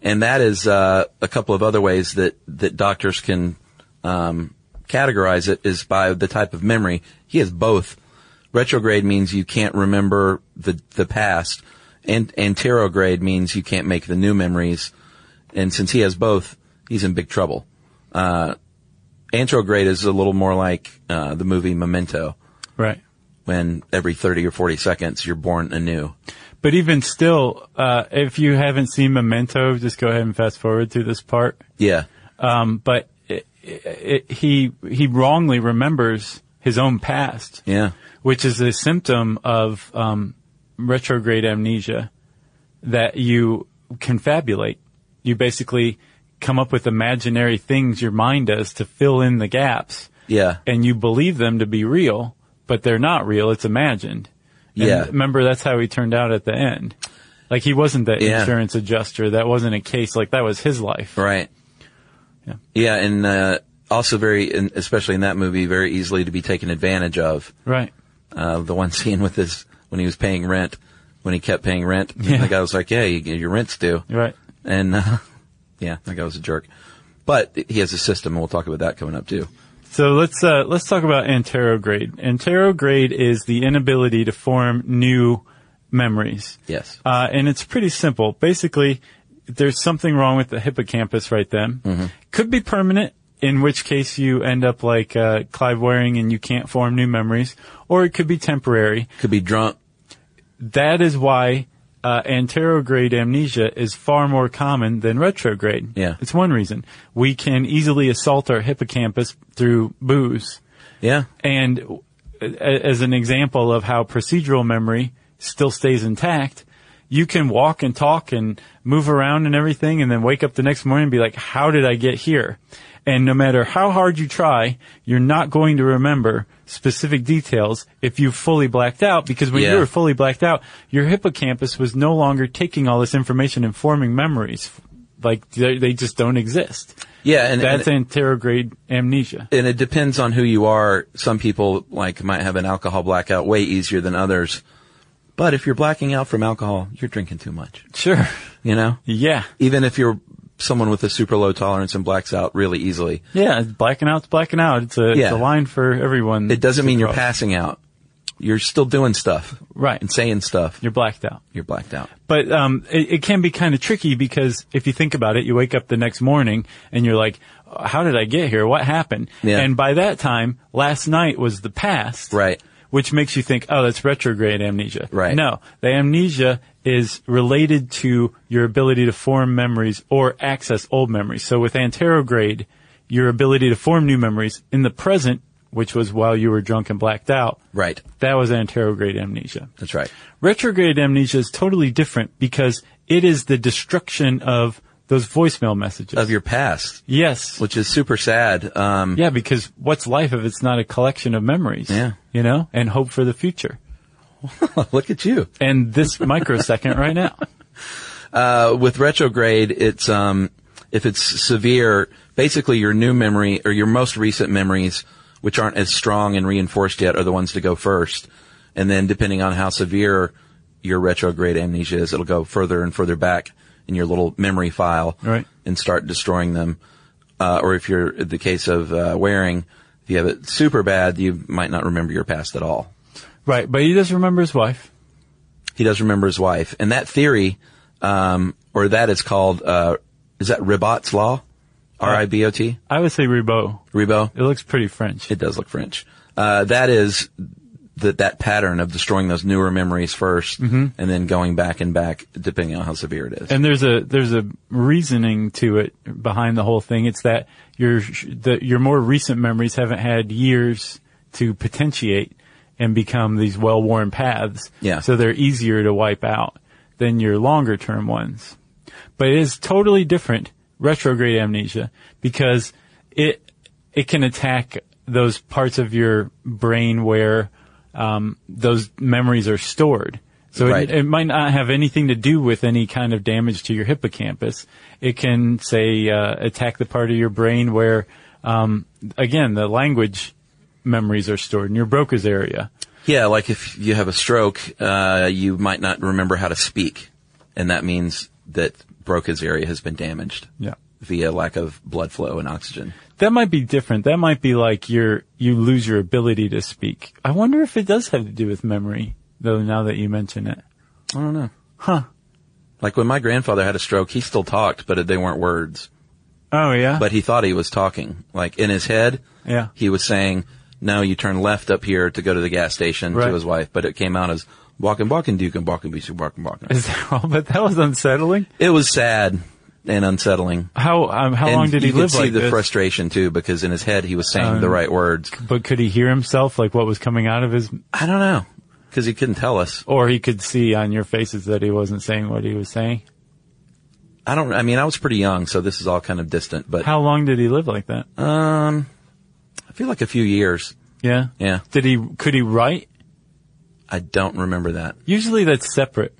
and that is uh, a couple of other ways that that doctors can um, categorize it is by the type of memory. He has both. Retrograde means you can't remember the the past, And anterograde means you can't make the new memories. And since he has both, he's in big trouble. Uh, anterograde is a little more like uh, the movie Memento,
Right.
when every 30 or 40 seconds you're born anew.
But even still, uh, if you haven't seen Memento, just go ahead and fast forward through this part.
Yeah.
Um, but it, it, he he wrongly remembers his own past,
Yeah.
which is a symptom of um, retrograde amnesia that you confabulate. You basically come up with imaginary things your mind does to fill in the gaps,
Yeah.
and you believe them to be real, but they're not real. It's imagined. And
Yeah.
remember, that's how he turned out at the end. Like he wasn't the
Yeah.
insurance adjuster. That wasn't a case. Like that was his life.
Right.
Yeah.
Yeah. And, uh, also very, and especially in that movie, very easily to be taken advantage of.
Right.
uh, the one scene with his when he was paying rent, when he kept paying rent.
Yeah.
The guy was like, "Yeah, you, your rent's due,"
Right.
and uh, yeah, that guy was a jerk. But he has a system, and we'll talk about that coming up too.
So let's uh, let's talk about anterograde. Anterograde is the inability to form new memories.
Yes.
Uh, and it's pretty simple. Basically, there's something wrong with the hippocampus right then. Could be permanent, in which case you end up like uh, Clive Waring and you can't form new memories, or it could be temporary.
Could be drunk.
That is why uh, anterograde amnesia is far more common than retrograde.
Yeah.
It's one reason. We can easily assault our hippocampus through booze.
Yeah.
And uh, as an example of how procedural memory still stays intact, you can walk and talk and move around and everything and then wake up the next morning and be like, how did I get here? And no matter how hard you try, you're not going to remember specific details if you fully blacked out because when
Yeah.
you were fully blacked out, your hippocampus was no longer taking all this information and forming memories. Like they they just don't exist.
Yeah. And
That's
and,
anterograde amnesia.
and it depends on who you are. Some people like might have an alcohol blackout way easier than others. But if you're blacking out from alcohol, you're drinking too much.
Sure.
You know,
Yeah.
even if you're someone with a super low tolerance and blacks out really easily,
Yeah, it's blacking out's blacking out. It's a,
Yeah.
it's a line for everyone.
it doesn't mean you're
Across.
passing out. You're still doing stuff.
Right.
and saying stuff,
You're blacked out.
you're blacked out.
But um, it, it can be kind of tricky because if you think about it, you wake up the next morning and you're like, how did I get here? What happened?
Yeah.
And by that time, last night was the past.
Right.
Which makes you think, oh, that's retrograde amnesia.
Right.
No, the amnesia is related to your ability to form memories or access old memories. So with anterograde, your ability to form new memories in the present, which was while you were drunk and blacked out,
Right.
that was anterograde amnesia.
That's right.
Retrograde amnesia is totally different because it is the destruction of those voicemail messages.
Of your past,
yes.
which is super sad. Um,
Yeah, because what's life if it's not a collection of memories?
Yeah.
You know, and hope for the future.
look at you.
And this microsecond right now.
Uh, with retrograde, it's, um, if it's severe, basically your new memory or your most recent memories, which aren't as strong and reinforced yet, are the ones to go first. And then depending on how severe your retrograde amnesia is, it'll go further and further back in your little memory file
Right.
and start destroying them. Uh, or if you're the case of, uh, wearing, if you have it super bad, you might not remember your past at all.
Right. But he does remember his wife.
he does remember his wife. And that theory, um, or that is called, uh, is that Ribot's Law? R-I-B-O-T?
I would say Ribot.
Ribot?
It looks pretty French.
It does look French. Uh, that is that, that pattern of destroying those newer memories 1st and then going back and back depending on how severe it is.
and there's a there's a reasoning to it behind the whole thing. It's that your the, your more recent memories haven't had years to potentiate and become these well-worn paths.
Yeah.
So they're easier to wipe out than your longer-term ones. But it is totally different retrograde amnesia because it it can attack those parts of your brain where um, those memories are stored. So
Right.
it, it might not have anything to do with any kind of damage to your hippocampus. It can say uh, attack the part of your brain where, um, again, the language memories are stored in your Broca's area.
yeah, like if you have a stroke, uh, you might not remember how to speak. And that means that Broca's area has been damaged
Yeah.
via lack of blood flow and oxygen.
That might be different. That might be like your you lose your ability to speak. I wonder if it does have to do with memory, though. Now that you mention it,
I don't know.
Huh.
Like when my grandfather had a stroke, he still talked, but they weren't words.
Oh yeah.
But he thought he was talking. Like in his head,
yeah.
he was saying, no, you turn left up here to go to the gas station
Right.
to his wife, but it came out as walking, walking, duke and walking, beach, walking, walking.
Is that all? But that was unsettling.
It was sad and unsettling.
How um, how
and
long did he
you could
live
see
like
the
this? Uh.
frustration too, because in his head he was saying the right words.
but could he hear himself, like what was coming out of his,
I don't know, because he couldn't tell us.
or he could see on your faces that he wasn't saying what he was saying?
I don't. I mean, I was pretty young, so this is all kind of distant. But
How long did he live like that?
um, I feel like a few years.
Yeah.
Yeah,
Did he? Could he write?
I don't remember that.
Usually that's separate.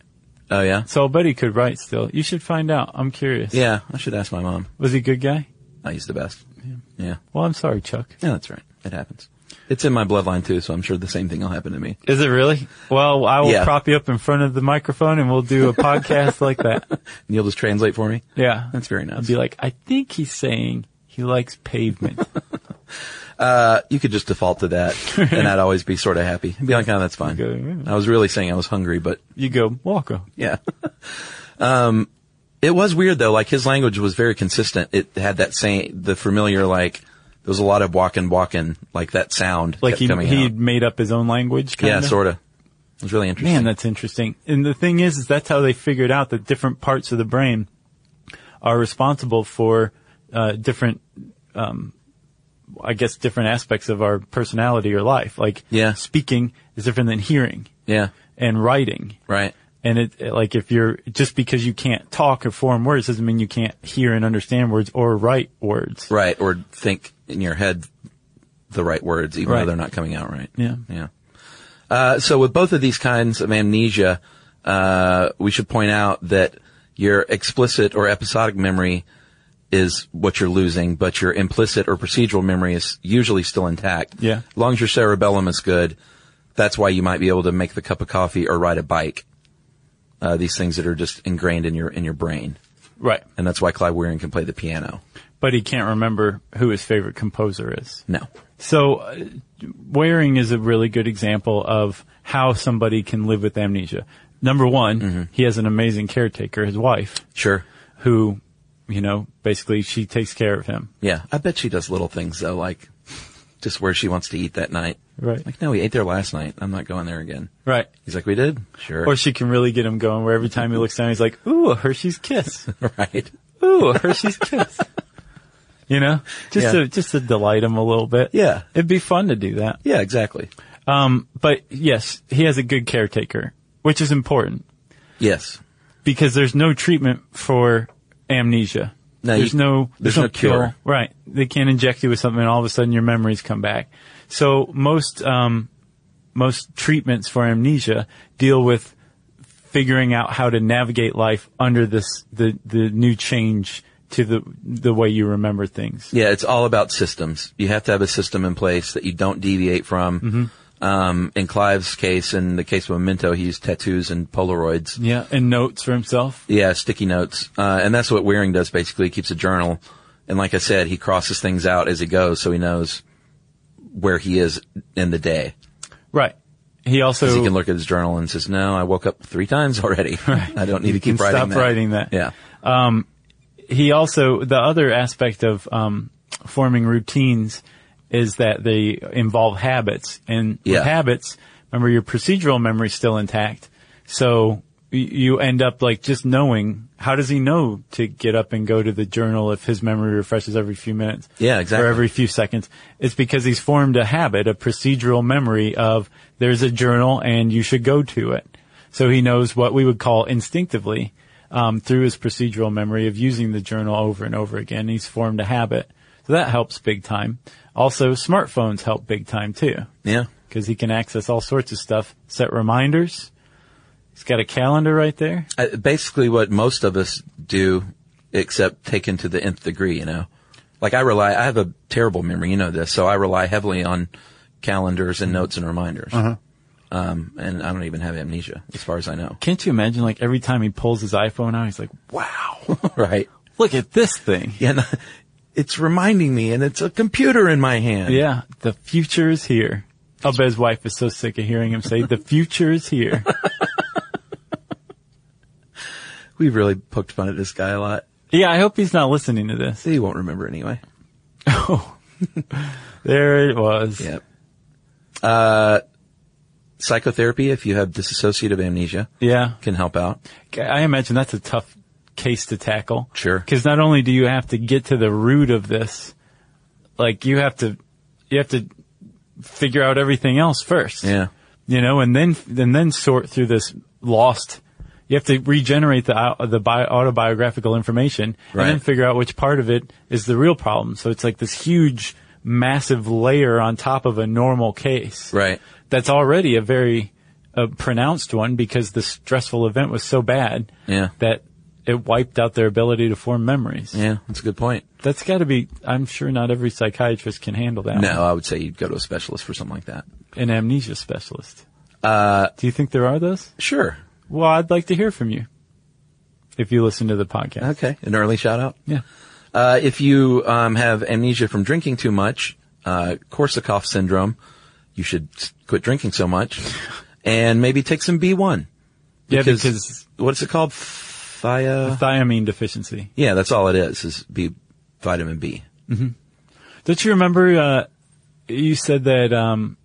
Oh yeah,
So I'll bet he could write still. You should find out. I'm curious.
yeah. I should ask my mom.
Was he a good guy?
I used the best. Yeah. yeah,
Well, I'm sorry, Chuck.
that's right. It happens. It's in my bloodline too, so I'm sure the same thing will happen to me.
Is it really? Well, I will
Yeah.
prop you up in front of the microphone and we'll do a podcast like that.
And you'll just translate for me.
Yeah.
That's very
I'd
nice.
be like, I think he's saying he likes pavement.
Uh, you could just default to that, and I'd always be sort of happy. I'd be like, "Oh, that's fine."
Okay, yeah.
I was really saying I was hungry, but
you go, Walker.
Yeah. um, it was weird though. Like his language was very consistent. It had that same, the familiar, like, there was a lot of walking, walking, like that sound.
Like
kept
he,
coming
he
out.
made up his own language. Kinda.
Yeah, sort of. It was really interesting.
Man, that's interesting. And the thing is, is that's how they figured out that different parts of the brain are responsible for uh, different, um, I guess, different aspects of our personality or life. Like,
Yeah.
speaking is different than hearing
yeah.
and writing.
Right.
And it, it- like, if you're just because you can't talk or form words doesn't mean you can't hear and understand words or write words.
Right. Or think in your head the right words, even
Right.
though they're not coming out right.
Yeah.
Yeah. Uh, so with both of these kinds of amnesia, uh, we should point out that your explicit or episodic memory is what you're losing, but your implicit or procedural memory is usually still intact.
Yeah.
As long as your cerebellum is good, that's why you might be able to make the cup of coffee or ride a bike. Uh, these things that are just ingrained in your in your brain,
Right.
and that's why Clive Wearing can play the piano.
But he can't remember who his favorite composer is.
No,
So, uh, wearing is a really good example of how somebody can live with amnesia. Number one,
Mm-hmm.
he has an amazing caretaker, his wife,
sure,
who, you know, basically she takes care of him.
yeah. I bet she does little things though, like just where she wants to eat that night.
Right.
Like, no, we ate there last night. I'm not going there again.
Right.
He's like, we did? Sure.
Or she can really get him going where every time he looks down, he's like, ooh, a Hershey's kiss.
right.
Ooh, a Hershey's kiss. You know, just
Yeah.
to, just to delight him a little bit.
Yeah.
It'd be fun to do that.
Yeah, exactly.
Um, but yes, he has a good caretaker, which is important.
Yes.
because there's no treatment for amnesia.
No,
there's
you-
no
there's no cure.
Right. They can't inject you with something and all of a sudden your memories come back. So most um, most treatments for amnesia deal with figuring out how to navigate life under this the the new change to the the way you remember things.
Yeah, it's all about systems. You have to have a system in place that you don't deviate from. Um, in Clive's case, in the case of Memento, he used tattoos and Polaroids.
Yeah, and notes for himself.
Yeah, sticky notes. Uh, and that's what Wearing does basically. He keeps a journal. And like I said, he crosses things out as he goes so he knows where he is in the day.
Right. He also
Because he can look at his journal and says, no, I woke up three times already. I don't need to
can
keep writing
stop
that.
writing that.
Yeah.
he also the other aspect of um, forming routines is that they involve habits, and
Yeah.
with habits, remember your procedural memory's still intact, so y- you end up like just knowing how does he know to get up and go to the journal if his memory refreshes every few minutes
Yeah, exactly.
or every few seconds it's because he's formed a habit a procedural memory of there's a journal and you should go to it so he knows what we would call instinctively um, through his procedural memory of using the journal over and over again. He's formed a habit. So that helps big time. Also, smartphones help big time too,
Yeah.
because he can access all sorts of stuff, set reminders. He's got a calendar right there.
Uh, basically what most of us do, except taken to the nth degree, you know. Like I rely, I have a terrible memory, you know this, so I rely heavily on calendars and notes and reminders.
Uh-huh.
Um, and I don't even have amnesia, as far as I know.
Can't you imagine like every time he pulls his iPhone out, he's like, wow,
right?
look at this thing.
Yeah, no, it's reminding me, and it's a computer in my hand.
Yeah, the future is here. I'll bet his wife is so sick of hearing him say, the future is here.
We've really poked fun at this guy a lot.
Yeah, I hope he's not listening to this.
He won't remember anyway.
Oh, there it was.
Yep. Uh, psychotherapy, if you have dissociative amnesia,
Yeah.
can help out.
I imagine that's a tough case to tackle.
Sure.
Because not only do you have to get to the root of this, like you have to, you have to figure out everything else first.
Yeah.
You know, and then and then sort through this lost. You have to regenerate the au- the bi- autobiographical information and then
Right.
figure out which part of it is the real problem. So it's like this huge, massive layer on top of a normal case
Right.
that's already a very uh, pronounced one because the stressful event was so bad
Yeah.
that it wiped out their ability to form memories.
Yeah. That's a good point.
That's got to be. I'm sure not every psychiatrist can handle that.
No, I would say you'd go to a specialist for something like that.
An amnesia specialist. Uh, Do you think there are those?
Sure.
Well, I'd like to hear from you if you listen to the podcast.
Okay. An early shout out.
Yeah.
Uh, if you um, have amnesia from drinking too much, uh, Korsakoff syndrome, you should s- quit drinking so much, and maybe take some B1.
Yeah, because
what's it called? Thia.
thiamine deficiency.
Yeah, that's all it is. Is B vitamin B.
Don't you remember? Uh, you said that um,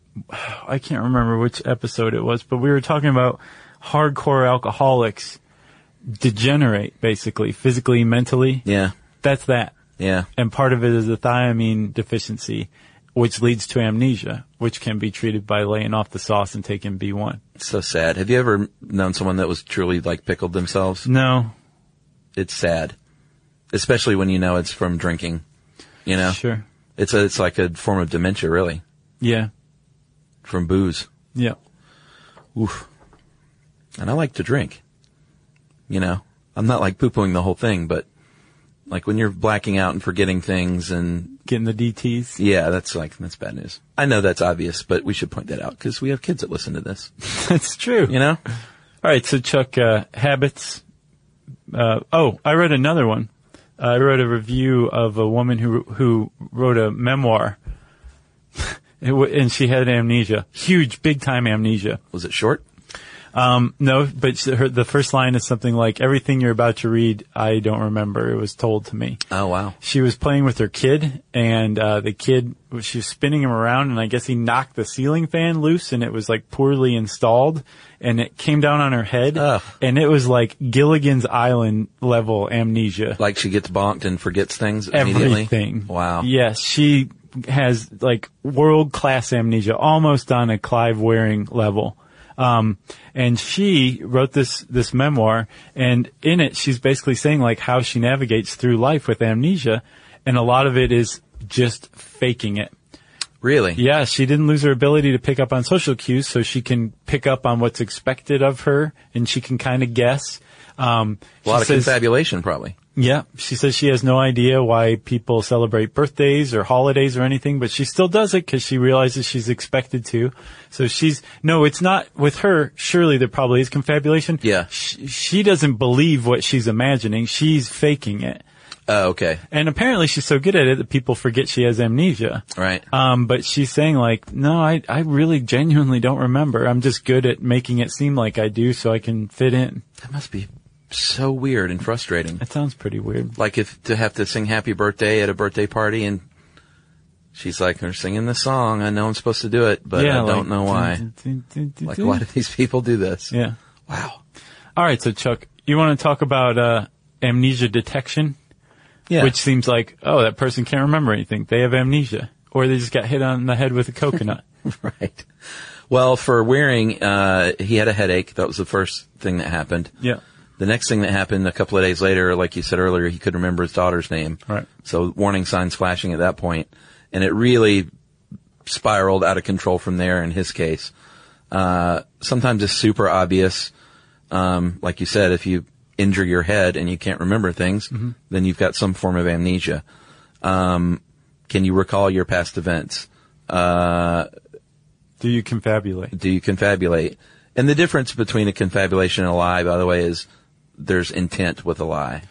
I can't remember which episode it was, but we were talking about hardcore alcoholics degenerate basically physically, mentally.
Yeah,
That's that,
yeah,
and part of it is a thiamine deficiency, which leads to amnesia, which can be treated by laying off the sauce and taking B one.
it's so sad. Have you ever known someone that was truly like pickled themselves?
No,
It's sad, especially when you know it's from drinking. You know,
sure,
it's a, it's like a form of dementia, really,
yeah,
from booze.
yeah.
Oof. And I like to drink. You know, I'm not like poo pooing the whole thing, but like when you're blacking out and forgetting things and
Getting the DTS.
yeah, that's like, that's bad news. I know that's obvious, but we should point that out because we have kids that listen to this,
That's true.
you know?
All right, so Chuck, uh, habits. Uh, oh, I read another one. I wrote a review of a woman who who wrote a memoir, It wa- and she had amnesia, huge, big time amnesia.
Was it short?
No, but she- her, the first line is something like, "Everything you're about to read, I don't remember. It was told to me."
Oh, wow.
She was playing with her kid, and uh, the kid she was spinning him around, and I guess he knocked the ceiling fan loose, and it was like poorly installed, and it came down on her head,
Ugh.
and it was like Gilligan's Island level amnesia.
Like she gets bonked and forgets things immediately?
Everything.
Wow.
Yes, she has like world class amnesia, almost on a Clive Wearing level. Um, and she wrote this, this memoir and in it she's basically saying like how she navigates through life with amnesia. And a lot of it is just faking it.
Really?
Yeah, she didn't lose her ability to pick up on social cues, so she can pick up on what's expected of her and she can kind of guess. Um,
A lot
she
of
says-
confabulation, probably.
yeah, she says she has no idea why people celebrate birthdays or holidays or anything, but she still does it because she realizes she's expected to. So she's no, it's not with her. Surely there probably is confabulation.
Yeah.
she, she doesn't believe what she's imagining; she's faking it.
Oh, okay.
And apparently, she's so good at it that people forget she has amnesia.
Right.
Um, but she's saying like, no, I I really genuinely don't remember. I'm just good at making it seem like I do, so I can fit in.
That must be so weird and frustrating.
That sounds pretty weird.
like if to have to sing happy birthday at a birthday party and she's like they're singing this song i know i'm supposed to do it but i
like,
don't know why like why do these people do this
Yeah.
wow
All right, so Chuck, you want to talk about uh, amnesia detection,
yeah
which seems like oh that person can't remember anything; they have amnesia, or they just got hit on the head with a coconut.
right well for wearing uh he had a headache that was the first thing that happened
yeah.
the next thing that happened a couple of days later like you said earlier he couldn't remember his daughter's name
Right.
so warning signs flashing at that point and it really spiraled out of control from there in his case uh sometimes it's super obvious um, like you said, if you injure your head and you can't remember things, then you've got some form of amnesia. Um, can you recall your past events?
Do you confabulate?
Do you confabulate? And the difference between a confabulation and a lie, by the way, is there's intent with a lie.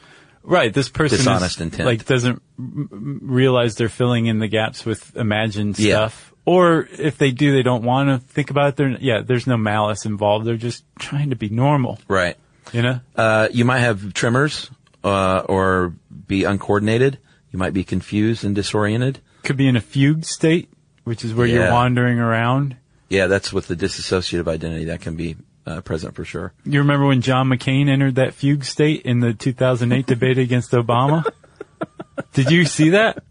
Right. This person is,
Dishonest intent.
like doesn't m- m- realize they're filling in the gaps with imagined
Yeah.
stuff, or if they do, they don't want to think about it. They're, yeah, there's no malice involved. They're just trying to be normal.
Right.
You know?
Uh, you might have tremors, uh, or be uncoordinated. You might be confused and disoriented.
Could be in a fugue state, which is where you're
Yeah.
wandering around.
Yeah, that's with the dissociative identity that can be uh, present for sure.
You remember when John McCain entered that fugue state in the 2008 debate against Obama? Did you see that?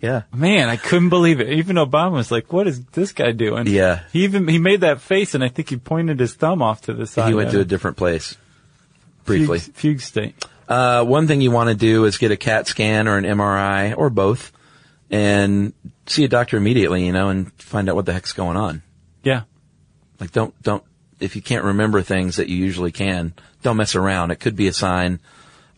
Yeah.
Man, I couldn't believe it. Even Obama was like, "What is this guy doing?"
Yeah.
He even he made that face, and I think he pointed his thumb off to the side.
He went
at
to a
it.
different place.
Fugue-
Briefly.
fugue, state.
Uh, one thing you want to do is get a CAT scan or an MRI or both and see a doctor immediately, you know, and find out what the heck's going on.
Yeah,
Like don't, don't, if you can't remember things that you usually can, don't mess around. It could be a sign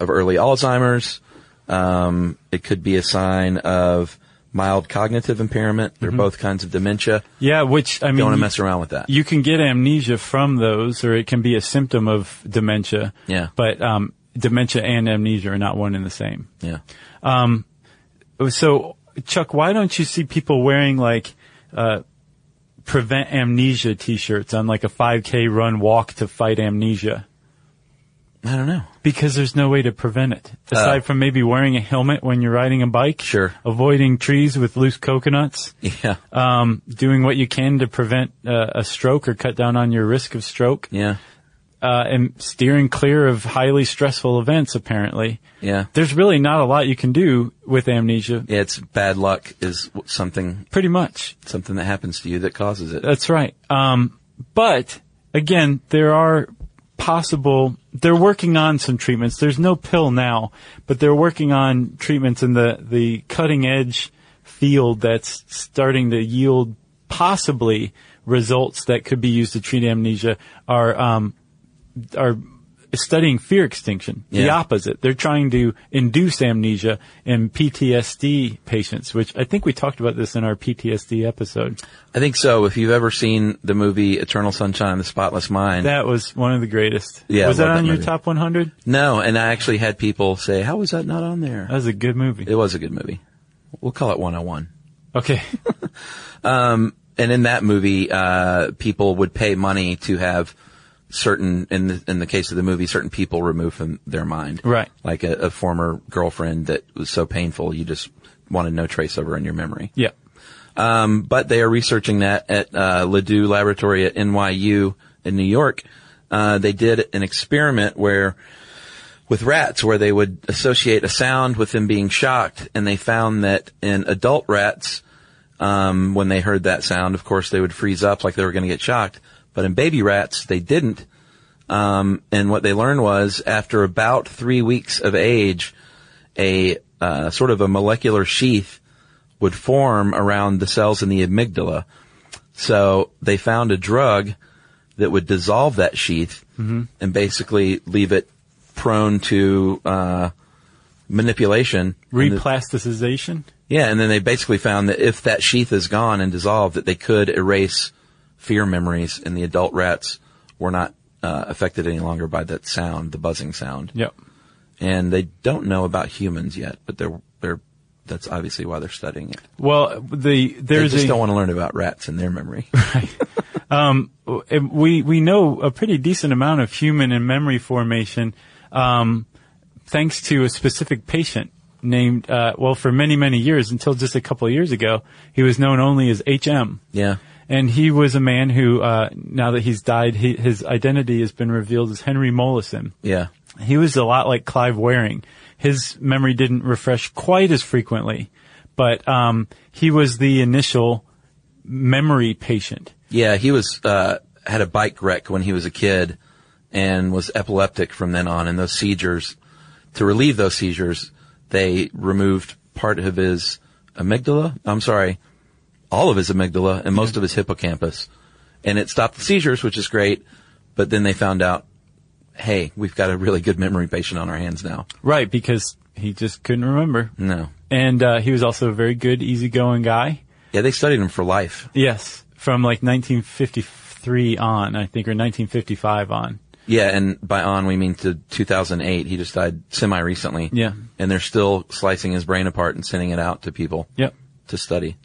of early Alzheimer's. Um, it could be a sign of mild cognitive impairment. They're both kinds of dementia.
yeah. Which Mm-hmm. I mean,
Don't want
you-
to mess around with that.
you can get amnesia from those, or it can be a symptom of dementia.
Yeah.
But um, dementia and amnesia are not one and the same.
yeah.
So, Chuck, why don't you see people wearing like uh, prevent amnesia T-shirts on like a 5K run walk to fight amnesia?
I don't know.
Because there's no way to prevent it. Aside from maybe wearing a helmet when you're riding a bike.
Sure.
Avoiding trees with loose coconuts.
Yeah.
Um, doing what you can to prevent uh, a stroke or cut down on your risk of stroke.
Yeah.
Uh, and steering clear of highly stressful events, apparently.
Yeah.
There's really not a lot you can do with amnesia.
Yeah. It's bad luck is w- something,
Pretty much.
something that happens to you that causes it.
That's right. Um, but again, there are possible. They're working on some treatments. There's no pill now, but they're working on treatments in the the cutting edge field that's starting to yield possibly results that could be used to treat amnesia. Are um, are studying fear extinction, the
Yeah.
opposite. They're trying to induce amnesia in PTSD patients, which I think we talked about this in our PTSD episode.
I think so. If you've ever seen the movie Eternal Sunshine of the Spotless Mind,
That was one of the greatest.
Yeah,
Was
I
that
love
on
that
your
movie.
top 100?
no, and I actually had people say, "How was that not on there?"
That was a good movie.
It was a good movie. We'll call it 101.
Okay.
And in that movie, uh, people would pay money to have certain, in the, in the case of the movie, certain people removed from their mind.
Right.
Like a, a former girlfriend that was so painful, you just wanted no trace of her in your memory.
yeah.
but they are researching that at uh, Ledoux Laboratory at NYU in New York. Uh, they did an experiment where with rats where they would associate a sound with them being shocked, and they found that in adult rats, um, when they heard that sound, of course they would freeze up like they were going to get shocked. But in baby rats, they didn't. Um, and what they learned was after about three weeks of age, a uh, sort of a molecular sheath would form around the cells in the amygdala. So they found a drug that would dissolve that sheath and basically leave it prone to uh, manipulation. And the-
Replasticization.
yeah, and then they basically found that if that sheath is gone and dissolved, that they could erase fear memories, and the adult rats were not uh, affected any longer by that sound, the buzzing sound.
Yep.
And they don't know about humans yet, but they're they're that's obviously why they're studying it.
Well, the
They
there's
just
a
don't want to learn about rats and their memory.
um, we we know a pretty decent amount of human and memory formation, um, thanks to a specific patient named uh, well for many many years until just a couple of years ago he was known only as HM.
yeah.
And he was a man who, uh, now that he's died, he, his identity has been revealed as Henry Mollison.
Yeah.
he was a lot like Clive Waring. His memory didn't refresh quite as frequently, but um, he was the initial memory patient.
Yeah, he was uh had a bike wreck when he was a kid and was epileptic from then on and those seizures to relieve those seizures, they removed part of his amygdala. I'm sorry, all of his amygdala and most of his hippocampus. And it stopped the seizures, which is great, but then they found out Hey, we've got a really good memory patient on our hands now.
Right, because he just couldn't remember.
No.
And uh, he was also a very good, easygoing guy.
Yeah, they studied him for life.
Yes, from like 1953 on, I think, or 1955 on.
Yeah, and by on we mean to 2008. He just died semi recently.
Yeah.
and they're still slicing his brain apart and sending it out to people
Yep.
to study.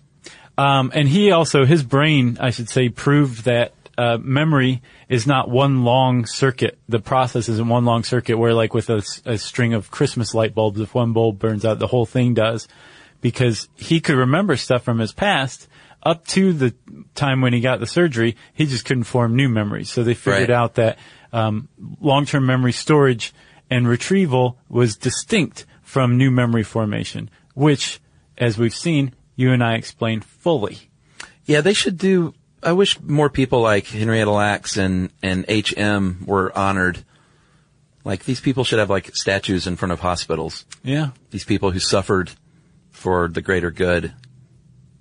Um, and he also, his brain, I should say, proved that uh, memory is not one long circuit. The process isn't one long circuit where like with a, s- a string of Christmas light bulbs, if one bulb burns out, the whole thing does. Because he could remember stuff from his past up to the time when he got the surgery. He just couldn't form new memories. So they figured
Right.
out that um, long-term memory storage and retrieval was distinct from new memory formation, which, as we've seen, you and I explained fully.
Yeah, they should do. I wish more people like Henrietta Lacks and and HM were honored. Like these people should have like statues in front of hospitals.
Yeah.
These people who suffered for the greater good,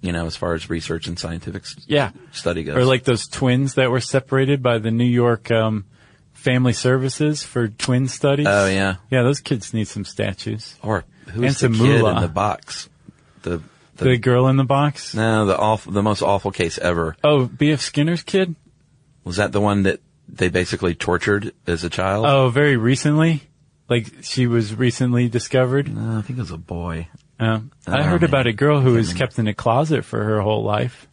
you know, as far as research and scientific s-
Yeah.
study goes.
Or like those twins that were separated by the New York um, Family Services for twin studies.
Oh, yeah.
Yeah, those kids need some statues.
or
and
who's
some
the kid
moolah.
in the box? The the,
The girl in the box.
no the awful the most awful case ever
Oh, B.F. Skinner's kid?
was that the one that they basically tortured as a child.
Oh, very recently? Like she was recently discovered?
No, I think it was a boy.
Uh, I
Oh,
heard
man.
about a girl who was kept in a closet for her whole life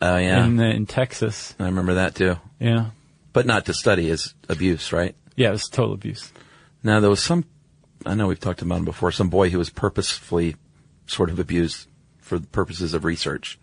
Oh yeah,
in, the, in Texas.
I remember that too.
Yeah.
But not to study is abuse, right?
Yeah, it was total abuse.
Now there was some, I know we've talked about him before, some boy who was purposefully sort of abused for the purposes of research.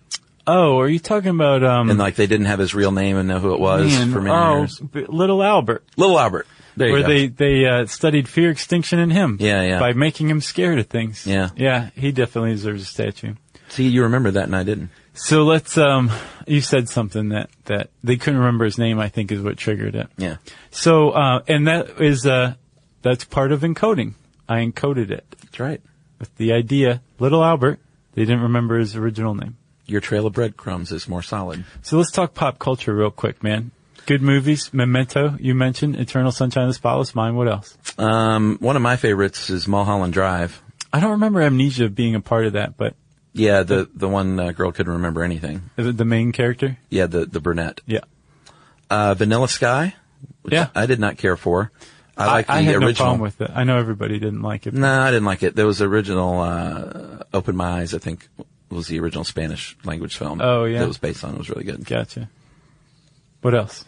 Oh, are you talking about um
And like they didn't have his real name and know who it was
man,
for many
oh,
years.
B- Little Albert?
Little Albert. There you
where
go.
they they uh, studied fear extinction in him.
Yeah, yeah.
By making him scared of things.
Yeah.
yeah. He definitely deserves a statue.
See, you remember that and I didn't.
So let's. Um, you said something that that they couldn't remember his name. I think is what triggered it.
Yeah.
So uh, and that is uh, that's part of encoding. I encoded it
That's right.
with the idea. Little Albert. They didn't remember his original name.
Your trail of breadcrumbs is more solid.
So let's talk pop culture real quick, man. Good movies, Memento. You mentioned Eternal Sunshine of the Spotless Mind. What else?
Um, one of my favorites is Mulholland Drive.
I don't remember Amnesia being a part of that, but
Yeah, the, the one uh, girl couldn't remember anything.
is it the main character?
Yeah, the, the brunette.
Yeah.
Uh, Vanilla Sky. Which
Yeah.
I did not care for. I like the
I had
original. Mm.
no problem with it. I know everybody didn't like it.
No, I didn't like it. There was the original uh, "Open My Eyes," I think, was the original Spanish language film.
Oh, yeah.
that was based on. It was really good.
Gotcha. What else?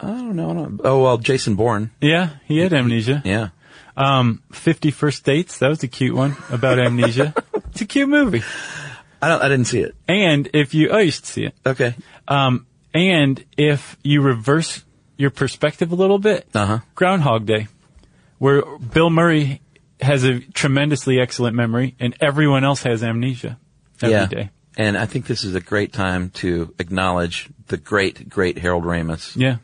I don't know. I don't, oh well, Jason Bourne.
Yeah, he had
Mm-hmm.
amnesia.
Yeah,
Um, 50 First Dates. That was a cute one about amnesia. it's a cute movie.
I don't. I didn't see it.
And if you, oh, you should see it.
Okay.
Um, and if you reverse your perspective a little bit,
Uh-huh.
Groundhog Day, where Bill Murray has a tremendously excellent memory and everyone else has amnesia every day.
yeah. And I think this is a great time to acknowledge the great, great Harold Ramis
Yeah.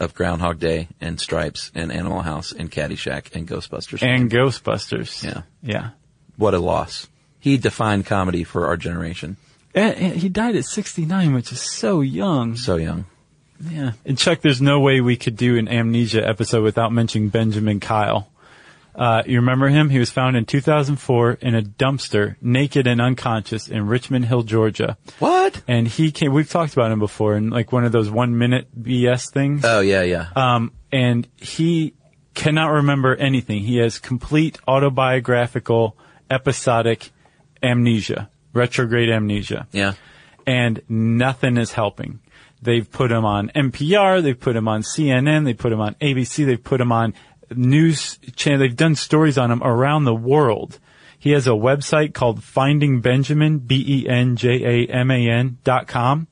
of Groundhog Day and Stripes and Animal House and Caddyshack and Ghostbusters.
And Ghostbusters.
Yeah.
Yeah.
what a loss! He defined comedy for our generation.
And- and Eh, he died at 69, which is so young.
So young.
Yeah. And Chuck, there's no way we could do an amnesia episode without mentioning Benjamin Kyle. Uh, you remember him? He was found in 2004 in a dumpster, naked and unconscious, in Richmond Hill, Georgia.
What?
And he came. We've talked about him before, in like one of those one-minute BS things.
Oh yeah, yeah.
Um, and he cannot remember anything. He has complete autobiographical, episodic amnesia, retrograde amnesia
yeah.
and nothing is helping. They've put him on NPR, they've put him on CNN, they put him on ABC, they've put him on news channel. They've done stories on him around the world. He has a website called E Finding Benjamin, B-E-N-J-A-M-A-N dot com.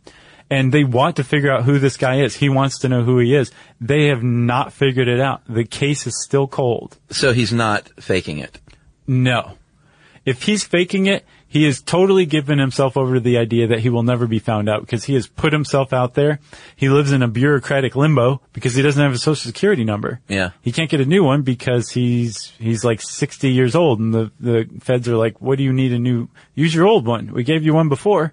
And they want to figure out who this guy is. He wants to know who he is. They have not figured it out. The case is still cold.
So he's not faking it.
No. If he's faking it, he has totally given himself over to the idea that he will never be found out because he has put himself out there. He lives in a bureaucratic limbo because he doesn't have a social security number.
Yeah.
He can't get a new one because he's, he's like 60 years old and the, the feds are like, what do you need a new, use your old one. We gave you one before.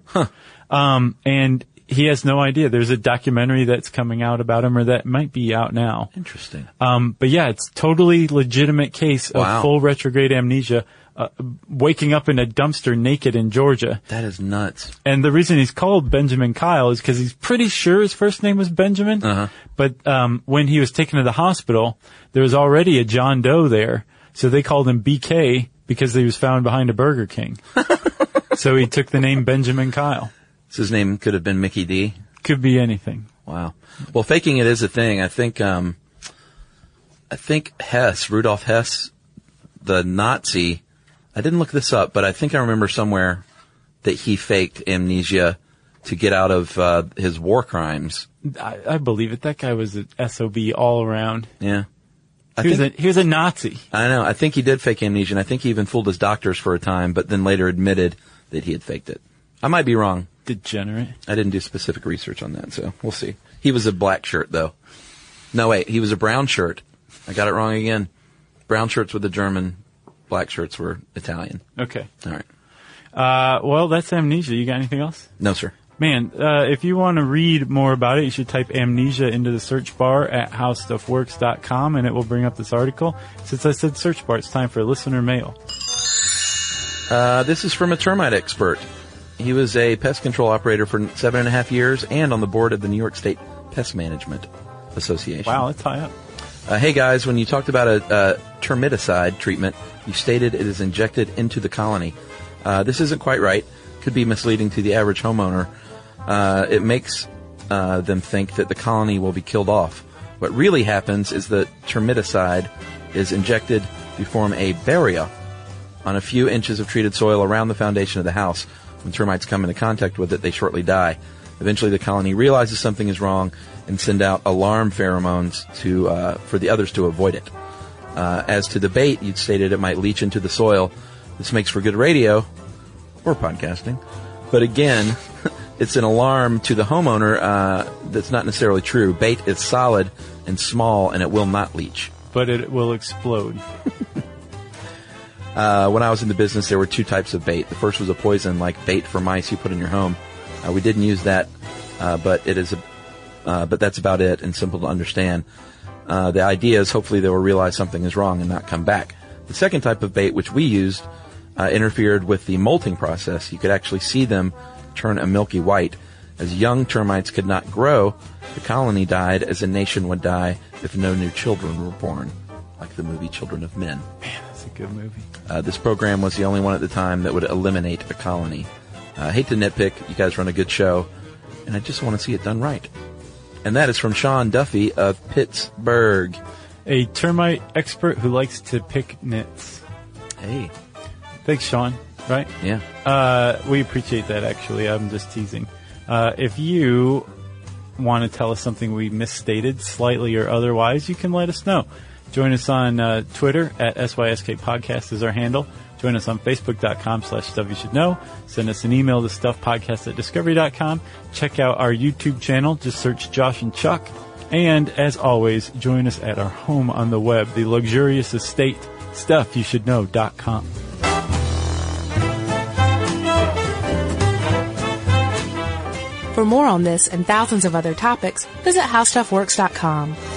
Um, and he has no idea. There's a documentary that's coming out about him or that might be out now.
Interesting.
Um, but yeah, it's totally legitimate case of
Wow.
full retrograde amnesia, uh, waking up in a dumpster naked in Georgia.
That is nuts.
And the reason he's called Benjamin Kyle is because he's pretty sure his first name was Benjamin.
Uh-huh.
But um, when he was taken to the hospital, there was already a John Doe there, so they called him BK because he was found behind a Burger King. so he took the name Benjamin Kyle.
So his name could have been Mickey D.
Could be anything.
Wow. Well, faking it is a thing. I think, um, I think Hess, Rudolf Hess, the Nazi, I didn't look this up, but I think I remember somewhere that he faked amnesia to get out of, uh, his war crimes.
I, I believe it. That guy was an SOB all around.
Yeah. I
He was,
think-
a, he was a Nazi.
I know. I think he did fake amnesia, and I think he even fooled his doctors for a time, but then later admitted that he had faked it. I might be wrong.
Degenerate.
I didn't do specific research on that, so we'll see. He was a black shirt, though. No, wait, he was a brown shirt. I got it wrong again. Brown shirts were the German, black shirts were Italian.
Okay.
All right.
Uh, well, that's amnesia. You got anything else?
No, sir.
Man, uh, if you want to read more about it, you should type amnesia into the search bar at howstuffworks.com and it will bring up this article. Since I said search bar, it's time for listener mail.
Uh, this is from a termite expert. He was a pest control operator for seven and a half years and on the board of the New York State Pest Management Association.
Wow, that's high up.
Uh, hey guys, when you talked about a, uh termiticide treatment, you stated it is injected into the colony. Uh, this isn't quite right. Could be misleading to the average homeowner. Uh, it makes uh, them think that the colony will be killed off. What really happens is that termiticide is injected to form a barrier on a few inches of treated soil around the foundation of the house. When termites come into contact with it, they shortly die. Eventually, the colony realizes something is wrong and send out alarm pheromones to uh, for the others to avoid it. Uh, as to the bait, you'd stated it might leach into the soil. This makes for good radio or podcasting, but again, it's an alarm to the homeowner uh, that's not necessarily true. Bait is solid and small, and it will not leach.
But it will explode.
Uh, when I was in the business, there were two types of bait. The first was a poison, like bait for mice you put in your home. Uh, we didn't use that, uh, but it is, a, uh, but that's about it and simple to understand. Uh, the idea is hopefully they will realize something is wrong and not come back. The second type of bait, which we used, uh, interfered with the molting process. You could actually see them turn a milky white. As young termites could not grow, the colony died as a nation would die if no new children were born, like the movie Children of Men.
That's a good movie.
Uh, this program was the only one at the time that would eliminate a colony. Uh, I hate to nitpick. You guys run a good show, and I just want to see it done right. And that is from Sean Duffy of Pittsburgh.
A termite expert who likes to pick nits.
Hey,
Thanks, Sean. Right?
yeah.
Uh, we appreciate that, actually. I'm just teasing. Uh, if you want to tell us something we misstated slightly or otherwise, you can let us know. Join us on uh, Twitter at SYSK Podcast is our handle. Join us on Facebook.com slash Stuff You Should Know. Send us an email to StuffPodcast at Discovery.com. Check out our YouTube channel. Just search Josh and Chuck. And as always, join us at our home on the web, the luxurious estate, StuffYouShouldKnow.com.
For more on this and thousands of other topics, visit howstuffworks.com.